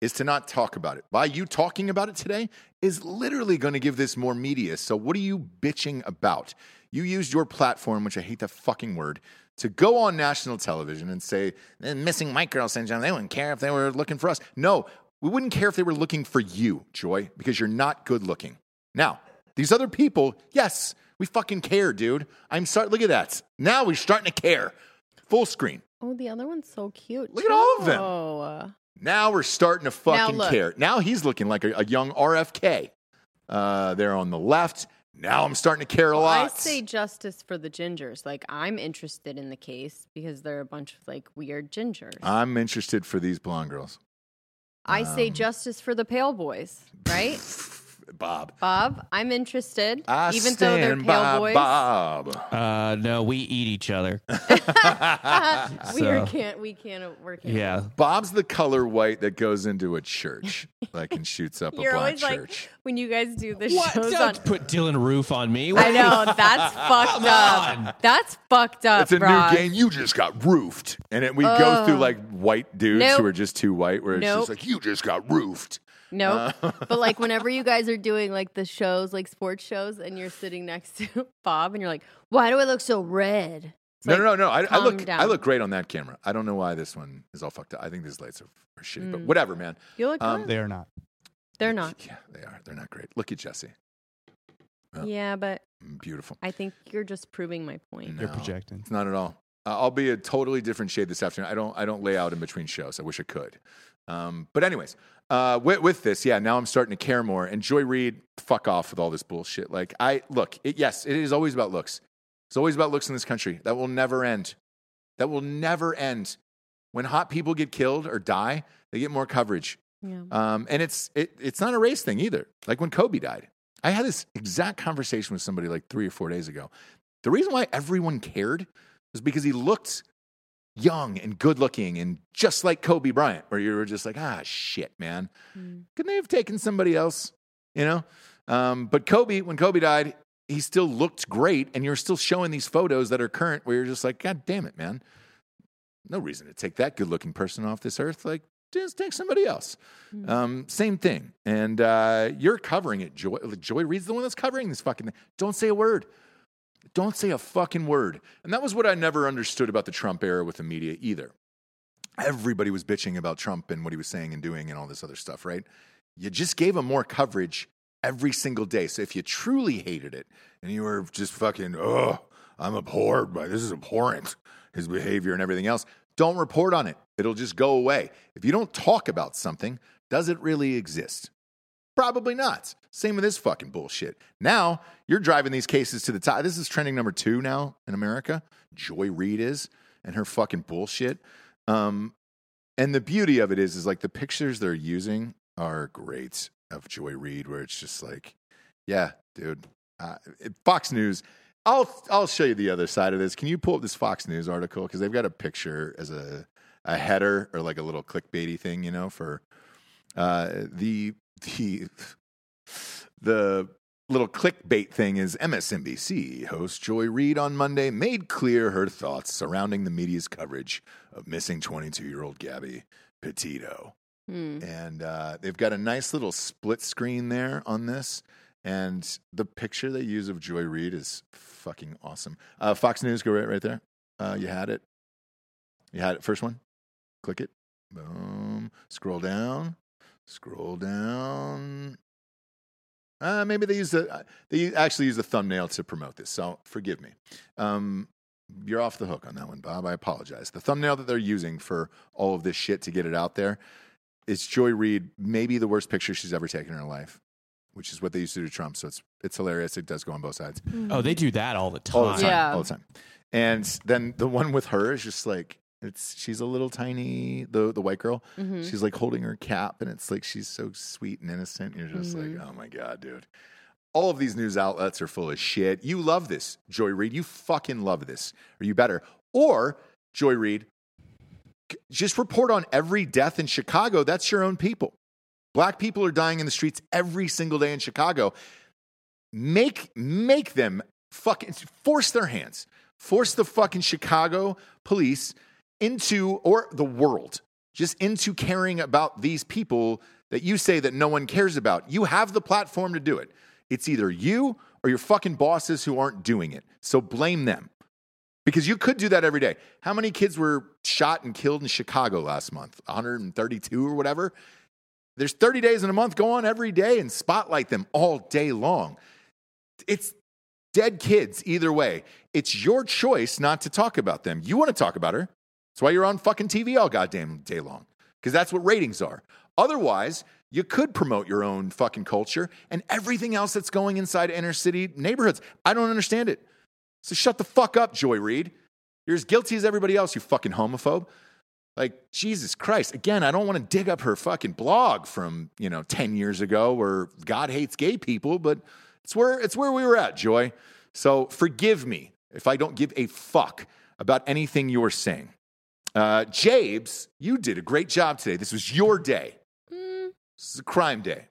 is to not talk about it. By you talking about it today is literally going to give this more media. So what are you bitching about? You used your platform, which I hate that fucking word, to go on national television and say, "Eh, missing white girl syndrome, they wouldn't care if they were looking for us. No, we wouldn't care if they were looking for you, Joy, because you're not good looking. Now, these other people, yes, we fucking care, dude. I'm sorry. Look at that. Now we're starting to care. Full screen.
Oh, the other one's so cute.
Look at all of them.
them.
Now we're starting to fucking
look.
care. Now he's looking like a, a young RFK uh, there on the left. Now I'm starting to care a lot.
I say justice for the gingers. Like I'm interested in the case because there are a bunch of like weird gingers.
I'm interested for these blonde girls.
I say
um.
justice for the pale boys, right?
Bob.
Bob, I'm interested.
I
even though they're pale
stand by
boys.
Bob.
Uh, no, we eat
[LAUGHS]
each other.
we
So-
can't we can't work it.
Yeah,
Bob's the color white that goes into a church, like and shoots
[LAUGHS]
up
You're
a black
always
church.
like when you guys do the
What?
shows on
Don't put Dylan Roof on me.
I know that's fucked
on.
up. That's fucked up.
it's a
Ross.
new game. You just got roofed, and it, we go through like white dudes
Nope.
who are just too white, where it's
Nope.
just like you just got roofed.
Nope.
Uh. [LAUGHS]
but like whenever you guys are doing like the shows, like sports shows, and you're sitting next to [LAUGHS] Bob, and you're like, "Why do I look so red?" It's
No,
like,
no, no, no. I, I
calm
look, I
down.
look great on that camera. I don't know why this one is all fucked up. I think these lights are, are shitty, but whatever, man.
You look
Um,
good.
They are not.
Mm. They're not.
Yeah, they are. They're not great. Look at Jesse. Yeah.
Yeah, but
Beautiful.
I think you're just proving my point.
You're
No.
projecting.
It's not at all. Uh, I'll be a totally different shade this afternoon. I don't. I don't lay out in between shows. I wish I could. Um, but anyways, uh, with, with this, yeah. Now I'm starting to care more. And Joy Reid, fuck off with all this bullshit. Like I look. It, yes, it is always about looks. It's always about looks in this country. That will never end. That will never end. When hot people get killed or die, they get more coverage.
Yeah.
Um, and it's it, it's not a race thing either. Like when Kobe died, I had this exact conversation with somebody like three or four days ago. The reason why everyone cared was because he looked young and good looking and just like Kobe Bryant, where you were just like, ah, shit, man.
Mm.
Couldn't they have taken somebody else? You know? Um, but Kobe, when Kobe died, he still looked great. And you're still showing these photos that are current where you're just like, God damn it, man. No reason to take that good looking person off this earth. Like, just take somebody else. Um, same thing. And uh, you're covering it. Joy, Joy Reid's the one that's covering this fucking thing. Don't say a word. Don't say a fucking word. And that was what I never understood about the Trump era with the media either. Everybody was bitching about Trump and what he was saying and doing and all this other stuff, right? You just gave him more coverage every single day. So if you truly hated it and you were just fucking, oh, I'm abhorred by this is abhorrent, his behavior and everything else, don't report on it. It'll just go away. If you don't talk about something, does it really exist? Probably not. Same with this fucking bullshit. Now you're driving these cases to the top. This is trending number two now in America. Joy Reid is and her fucking bullshit. Um, and the beauty of it is, is like the pictures they're using are great of Joy Reid, where it's just like, yeah, dude. Uh, it- Fox News. I'll I'll show you the other side of this. Can you pull up this Fox News article because they've got a picture as a a header or like a little clickbaity thing, you know, for uh, the the the little clickbait thing is MSNBC host Joy Reid on Monday made clear her thoughts surrounding the media's coverage of missing 22 year old Gabby Petito
Hmm.
and uh, they've got a nice little split screen there on this. And the picture they use of Joy Reid is fucking awesome. Uh, Fox News, go right, right there. Uh, you had it. You had it. First one. Click it. Boom. Scroll down. Scroll down. Uh, maybe they use the they actually use the thumbnail to promote this. So forgive me. Um, you're off the hook on that one, Bob. I apologize. The thumbnail that they're using for all of this shit to get it out there it's Joy Reid, maybe the worst picture she's ever taken in her life, which is what they used to do to Trump. So it's it's hilarious. It does go on both sides
Oh, they do that all the time.
all the time,
Yeah.
all the time. And then the one with her is just like it's she's a little tiny the the white girl.
Mhm.
She's like holding her cap, and it's like she's so sweet and innocent. You're just
Mhm.
like, oh my god, dude. All of these news outlets are full of shit. You love this, Joy Reid. You fucking love this, or you better. Or Joy Reid, c- just report on every death in Chicago. That's your own people. Black people are dying in the streets every single day in Chicago. Make make them fucking force their hands. Force the fucking Chicago police into or the world just into caring about these people that you say that no one cares about. You have the platform to do it. It's either you or your fucking bosses who aren't doing it. So blame them. Because you could do that every day. How many kids were shot and killed in Chicago last month? 132 or whatever. There's 30 days in a month. Go on every day and spotlight them all day long. It's dead kids either way. It's your choice not to talk about them. You want to talk about her. That's why you're on fucking TV all goddamn day long, because that's what ratings are. Otherwise, you could promote your own fucking culture and everything else that's going inside inner city neighborhoods. I don't understand it. So shut the fuck up, Joy Reid. You're as guilty as everybody else, you fucking homophobe. Like, Jesus Christ. Again, I don't want to dig up her fucking blog from, you know, 10 years ago where God hates gay people, but it's where it's where we were at, Joy. So forgive me if I don't give a fuck about anything you're saying. Uh, Jabes, you did a great job today. This was your day. This is a crime day.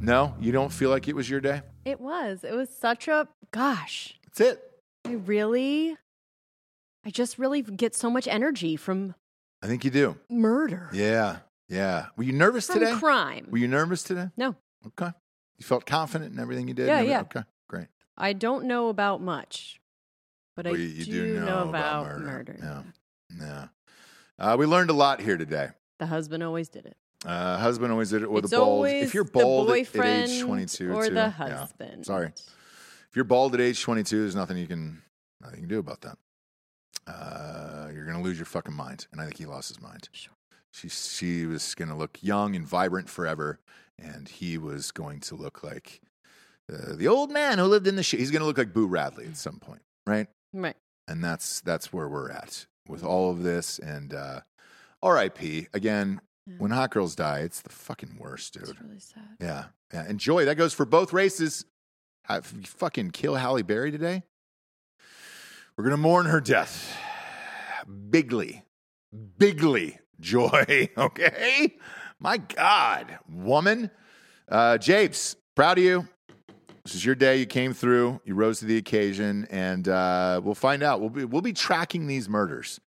No, you don't feel like it was your day?
It was. It was such a gosh.
That's it.
I really, I just really get so much energy from
I think you do.
murder.
Yeah. Yeah. Were you nervous
From
today?
crime.
Were you nervous today?
No.
Okay. You felt confident in everything you did?
Yeah,
Everything-
yeah.
Okay. Great.
I don't know about much, but I
Well, you, you
do, know, about, murder.
Yeah. Yeah. Uh, we learned a lot here today.
The husband always did it.
Uh, husband always did it with
it's
the bald.
always
If you're bald
the
at-
boyfriend
at age 22,
or
too,
the
yeah.
husband.
Sorry. If you're bald at age 22, there's nothing you can nothing you can do about that. Uh, you're gonna lose your fucking mind, and I think he lost his mind.
Sure.
She she was gonna look young and vibrant forever, and he was going to look like uh, the old man who lived in the shit. He's gonna look like Boo Radley at some point, right?
Right.
and that's that's where we're at with all of this and uh RIP again when hot girls die it's the fucking worst dude
It's really sad.
yeah yeah enjoy that goes for both races have you fucking kill Halle Berry today we're going to mourn her death bigly bigly joy [LAUGHS] okay my god woman uh Japes proud of you this is your day. You came through. You rose to the occasion, and uh, we'll find out. We'll be we'll be tracking these murders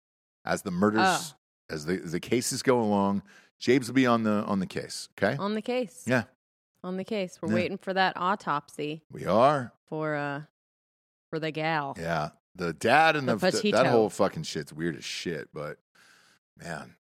as the murders
Oh.
as the as the cases go along. James will be on the on the case. Okay.
On the case.
Yeah.
On the case. We're
Yeah.
waiting for that autopsy
We are.
for uh for the gal.
Yeah. The dad and
The
the, th-
Petito.
that whole fucking shit's weird as shit. But man,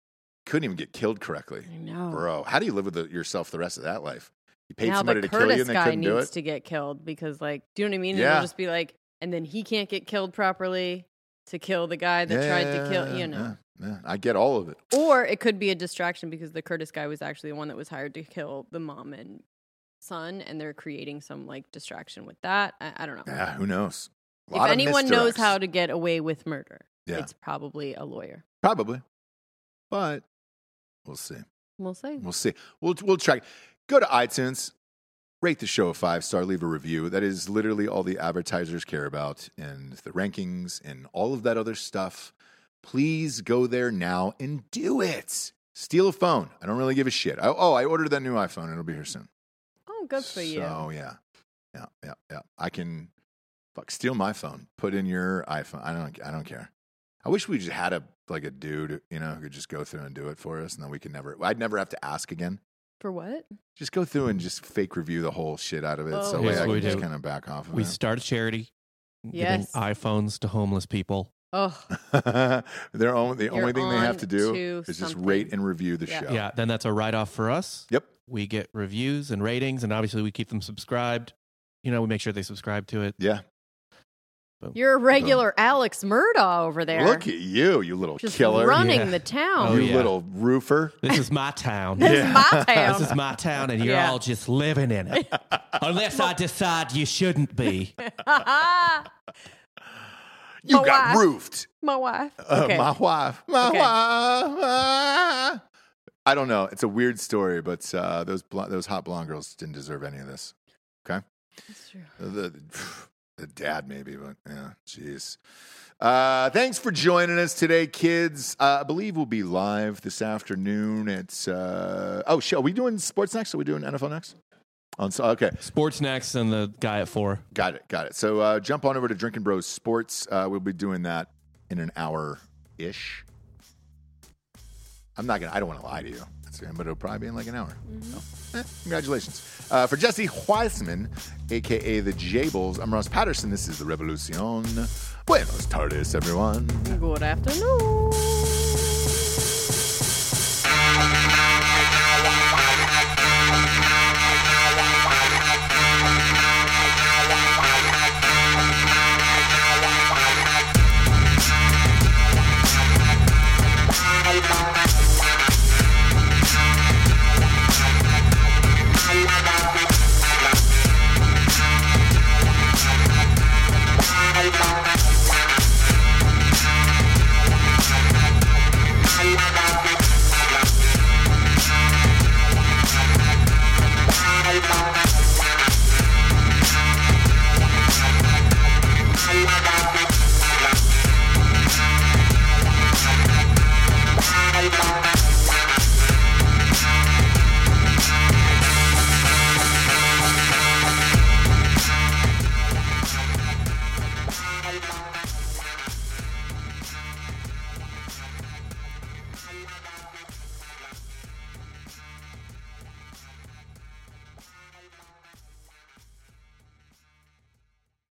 couldn't even get killed correctly,
I know.
bro. How do you live with the, yourself the rest of that life? You paid
now
somebody
the
to
Curtis
kill you, and they
guy
couldn't
needs
do it.
to get killed because, like, do you know what I mean? And
Yeah.
it'll just be like, and then he can't get killed properly to kill the guy that tried to kill. You know.
Yeah, yeah. I get all of it.
Or it could be a distraction because the Curtis guy was actually the one that was hired to kill the mom and son, and they're creating some like distraction with that. I, I don't know.
Yeah. Who knows? A
if
lot of
anyone knows
misdirects.
how to get away with murder,
Yeah.
it's probably a lawyer.
Probably. But we'll see.
We'll say.
We'll see. We'll we'll track. Go to iTunes, rate the show a five star, leave a review. That is literally all the advertisers care about, and the rankings and all of that other stuff. Please go there now and do it. Steal a phone. I don't really give a shit. I, oh, I ordered that new iPhone. It'll be here soon.
Oh, good for you.
So yeah, yeah, yeah, yeah. I can fuck steal my phone. Put in your iPhone. I don't. I don't care. I wish we just had a like a dude, you know, who could just go through and do it for us, and then we could never. I'd never have to ask again.
For what?
Just go through and just fake review the whole shit out of it,
Oh.
so way
Here's
I
what
can
we
just
do.
kind of back off of
We
it. [LAUGHS]
start a charity. giving
Yes.
iPhones to homeless people.
Oh,
Their own. The
You're
only thing they have
on
to do
to
is just
something.
rate and review the
Yeah.
show.
Yeah, then that's a write off for us.
Yep.
We get reviews and ratings, and obviously we keep them subscribed. You know, we make sure they subscribe
[LAUGHS]
to it.
Yeah.
you're a regular Alex Murdaugh over there.
Look at you, you little
just
killer.
running
Yeah.
the
Oh,
you
town.
yeah.
little roofer.
This is my town.
This
Yeah.
is
[LAUGHS]
my
This is
town.
my town, and you're
Yeah.
all just living
[LAUGHS]
in it. Unless I decide you shouldn't be.
You
My
got
wife.
roofed.
[LAUGHS] my wife.
Uh,
Okay.
My wife. My
Okay.
wife. ah. I don't know. It's a weird story, but uh, those bl- those hot blonde girls didn't deserve any of this.
That's true.
The, [SIGHS] the, the dad maybe, but yeah, jeez. Uh, thanks for joining us today, kids. Uh, I believe we'll be live this afternoon. It's uh, oh, shit, are we doing sports next? Are we doing NFL next? On so okay,
Sports next, and the guy at four.
Got it. Got it. So uh, jump on over to Drinking Bros Sports. Uh, we'll be doing that in an hour ish. I'm not gonna. I don't want to lie to you. That's, but it'll probably be in like an hour. So, eh, congratulations uh, for Jesse Weissman, aka the Jables. I'm Ross Patterson. This is the Revolucion. Buenos tardes, everyone.
Good afternoon.